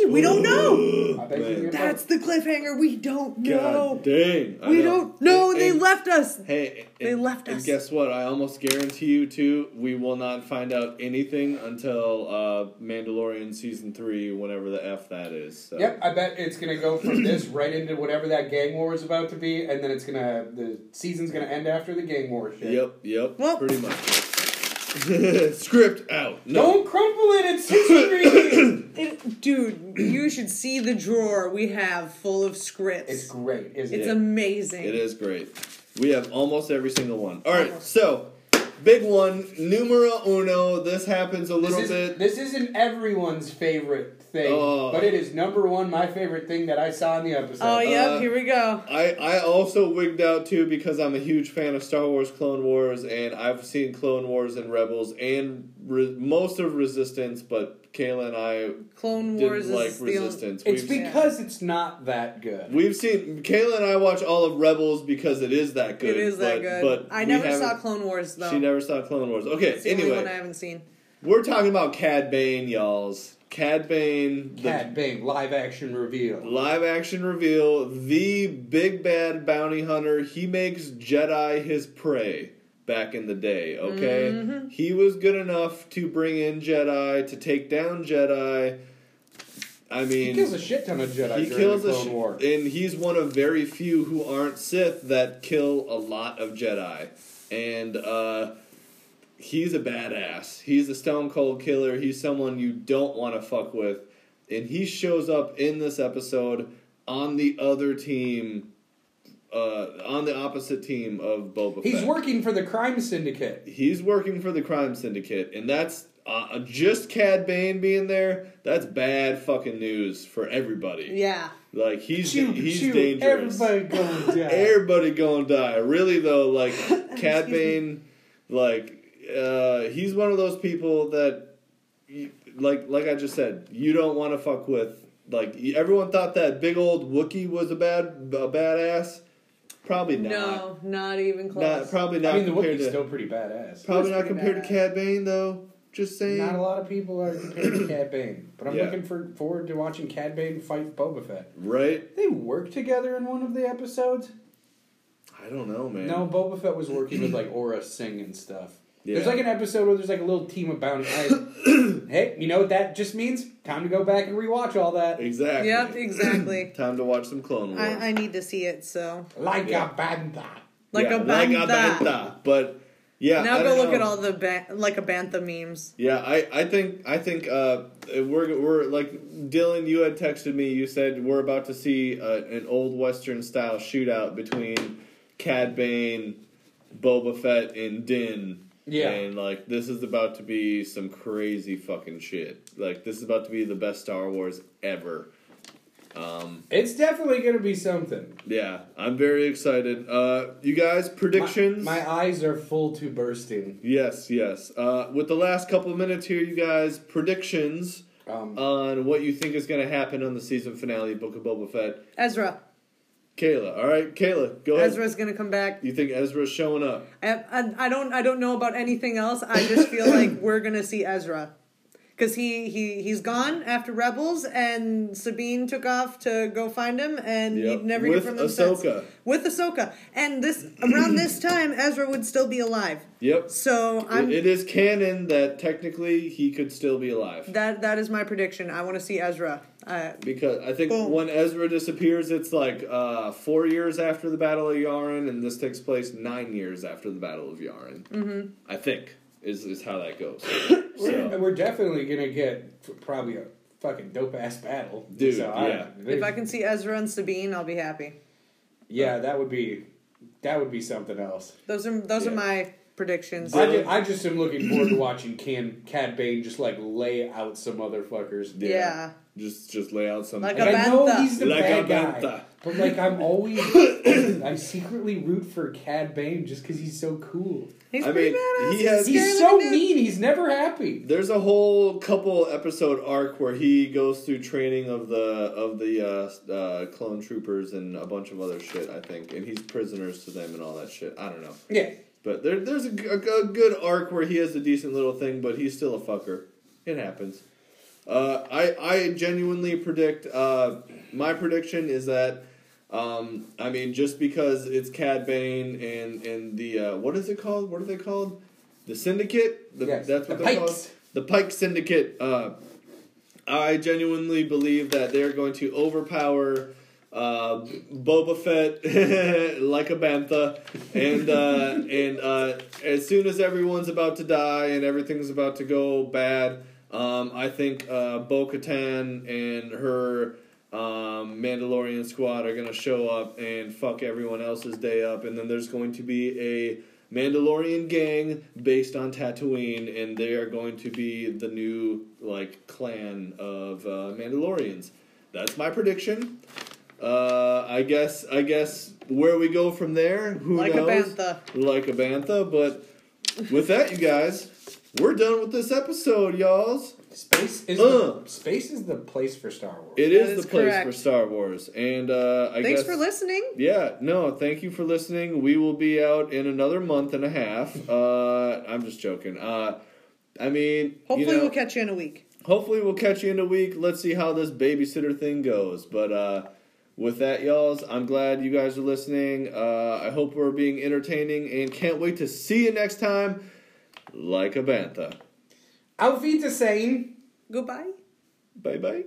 S1: maybe we don't know.
S2: I bet he's gonna
S3: Man.
S2: get
S1: That's
S2: both.
S1: the cliffhanger. We don't know.
S3: God dang. I
S1: we
S3: know.
S1: don't know.
S3: And-
S1: they
S3: and-
S1: left us.
S3: Hey,
S1: They
S3: and,
S1: left
S3: and
S1: us.
S3: guess what? I almost guarantee you too. We will not find out anything until uh, Mandalorian season three, whenever the f that is. So.
S2: Yep, I bet it's gonna go from this right into whatever that gang war is about to be, and then it's gonna the season's gonna end after the gang war shit.
S3: Yep. Yep.
S1: Well-
S3: pretty much. Script out. No.
S2: Don't crumple it. It's history.
S1: It- dude, you should see the drawer we have full of scripts.
S2: it's great, isn't
S1: It's
S2: it?
S1: amazing.
S3: It is great. We have almost every single one. All right.
S1: Almost.
S3: So, big one, numero uno. This happens a
S2: This,
S3: little
S2: is,
S3: bit.
S2: this isn't everyone's favorite thing,
S3: Oh.
S2: but it is number one my favorite thing that I saw in the episode.
S1: Oh, yep,
S3: Uh,
S1: here we go.
S3: I, I also wigged out too because I'm a huge fan of Star Wars Clone Wars and I've seen Clone Wars and Rebels and re- most of Resistance, but Kayla and I
S1: Clone Wars
S3: didn't like
S1: is the only,
S3: Resistance.
S2: It's
S3: we've,
S2: because it's not that good.
S3: we've seen Kayla and I watch all of Rebels because it is that good.
S1: It is that
S3: but,
S1: good.
S3: But
S1: I
S3: we
S1: never saw
S3: haven't-
S1: Clone Wars though.
S3: She never saw Clone Wars. Okay,
S1: it's the only one I
S3: anyway,
S1: haven't seen.
S3: we're talking about Cad Bane, y'all's Cad Bane, the
S2: Cad Bane live action reveal.
S3: Live action reveal the big bad bounty hunter. He makes Jedi his prey back in the day, okay?
S2: Mm-hmm.
S3: He was good enough to bring in Jedi, to take down Jedi. I mean,
S2: He kills a shit ton of Jedi
S3: he
S2: during
S3: kills
S2: the
S3: a
S2: Clone
S3: sh-
S2: War.
S3: and he's one of very few who aren't Sith that kill a lot of Jedi. And uh, he's a badass. He's a stone cold killer. He's someone you don't want to fuck with. And he shows up in this episode on the other team, uh, on the opposite team of Boba
S2: He's
S3: Fett.
S2: working for the crime syndicate.
S3: He's working for the crime syndicate, and that's uh, just Cad Bane being there. That's bad fucking news for everybody.
S1: Yeah.
S3: Like he's
S2: Choo,
S3: he's
S2: choo,
S3: dangerous. Everybody.
S2: Everybody going down.
S3: gonna die. Really though, like Cad Bane, like uh, he's one of those people that, you, like like I just said, you don't want to fuck with. Like y- everyone thought that big old Wookie was a bad a badass. Probably not.
S1: No, not even
S3: Not
S1: close.
S3: probably not
S2: I mean, the
S3: compared
S2: Wookiee's
S3: to
S2: still pretty badass.
S3: probably
S1: That's
S3: not
S1: pretty
S3: compared
S1: badass.
S3: to Cad Bane though. Just saying.
S2: Not a lot of people are compared to Cad Bane, but I'm
S3: Yeah.
S2: looking for, forward to watching Cad Bane fight Boba Fett.
S3: Right?
S2: They work together in one of the episodes.
S3: I don't know, man.
S2: No, Boba Fett was working with like Aura Singh and stuff. There's
S3: Yeah.
S2: like an episode where there's like a little team of bounty. I- hey, you know what that just means? Time to go back and rewatch all that.
S3: Exactly.
S1: Yep, exactly.
S3: Time to watch some Clone Wars.
S1: I, I need to see it. So
S2: Like
S3: Yeah.
S2: a banda.
S1: like
S3: Yeah,
S1: a
S3: like
S1: banda.
S3: bantha. But yeah,
S1: Now
S3: I
S1: go
S3: don't
S1: look
S3: know.
S1: at all the ba- like a bantha memes.
S3: Yeah, I, I think I think uh, we're we're like Dylan. You had texted me. You said we're about to see uh, an old western style shootout between Cad Bane, Boba Fett, and Din.
S2: Yeah.
S3: and like this is about to be some crazy fucking shit. Like this is about to be the best Star Wars ever.
S2: It's definitely gonna be something.
S3: Yeah, I'm very excited. Uh, you guys,
S2: My-
S3: predictions?
S2: My, eyes are full to bursting.
S3: Yes, yes. Uh, with the last couple of minutes here, you guys, predictions
S2: Um,
S3: on what you think is going to happen on the season finale of Book of Boba Fett.
S1: Ezra.
S3: Kayla, all right, Kayla, go ahead.
S1: Ezra's gonna come back.
S3: You think Ezra's showing up?
S1: I, I, I don't I don't know about anything else. I just feel like we're gonna see Ezra. Cause he, he he's gone after Rebels and Sabine took off to go find him and
S3: Yep.
S1: you'd never
S3: With
S1: hear from him
S3: Ahsoka.
S1: since. With Ahsoka. And this around this time Ezra would still be alive.
S3: Yep.
S1: So I'm
S3: It- it is canon that technically he could still be alive.
S1: that that is my prediction. I wanna see Ezra. Uh,
S4: I,
S3: Because I think
S1: Boom.
S3: when Ezra disappears, it's like uh, four years after the Battle of Yavin, and this takes place nine years after the Battle of Yavin. Mm-hmm. I think is is how that goes.
S2: We're,
S3: so,
S2: we're definitely gonna get f- probably a fucking dope ass battle,
S3: Dude,
S2: So I-
S3: yeah.
S4: if I can see Ezra and Sabine, I'll be happy.
S2: yeah, that would be that would be something else.
S4: Those are those
S3: Yeah.
S4: are my predictions.
S2: I, ju- I just am looking forward to watching Can Cad Bane just like lay out some motherfuckers.
S3: yeah.
S4: Yeah.
S3: just just lay out some.
S4: Like
S2: Like, I know
S4: Gabantha.
S2: he's the
S3: Like
S2: bad
S3: Gabantha.
S2: guy, but like I'm always I secretly root for Cad Bane just because he's so cool.
S4: He's
S3: I
S4: pretty
S3: mean,
S4: badass.
S3: he has-
S4: scary
S2: He's so
S4: looking dude.
S2: mean. He's never happy.
S3: There's a whole couple episode arc where he goes through training of the of the uh, uh, clone troopers and a bunch of other shit. I think, and he's prisoners to them and all that shit. I don't know,
S2: Yeah,
S3: but there, there's a, g- a g- a good arc where he has a decent little thing, but he's still a fucker. It happens. Uh, I I genuinely predict. Uh, my prediction is that. Um, I mean, just because it's Cad Bane and and the uh, what is it called? What are they called? The Syndicate. The,
S2: Yes,
S3: That's what
S2: the
S3: they're
S2: Pikes.
S3: called. The Pike Syndicate. Uh, I genuinely believe that they're going to overpower uh, Boba Fett like a bantha, and uh, and uh, as soon as everyone's about to die and everything's about to go bad, um, I think uh, Bo Katan and her um, Mandalorian squad are gonna show up and fuck everyone else's day up, and then there's going to be a Mandalorian gang based on Tatooine, and they are going to be the new like clan of uh, Mandalorians. That's my prediction. Uh, I guess I guess where we go from there, who
S4: Like a
S3: knows?
S4: bantha.
S3: Like a bantha, but with that, you guys, we're done with this episode, y'alls.
S2: space is
S3: Ugh.
S2: the, space is the place for Star Wars.
S3: Uh. It is
S4: That is
S3: the place
S4: correct.
S3: for Star Wars, and uh, I
S4: Thanks
S3: guess
S4: for listening.
S3: Yeah, no, thank you for listening. We will be out in another month and a half. Uh, I'm just joking. Uh, I mean, you
S4: Hopefully,
S3: know,
S4: we'll catch you in a week.
S3: hopefully we'll catch you in a week. Let's see how this babysitter thing goes. But uh, with that, y'all's, I'm glad you guys are listening. Uh, I hope we're being entertaining and can't wait to see you next time. Like a bantha.
S2: Auf Wiedersehen.
S4: Goodbye.
S3: Bye bye.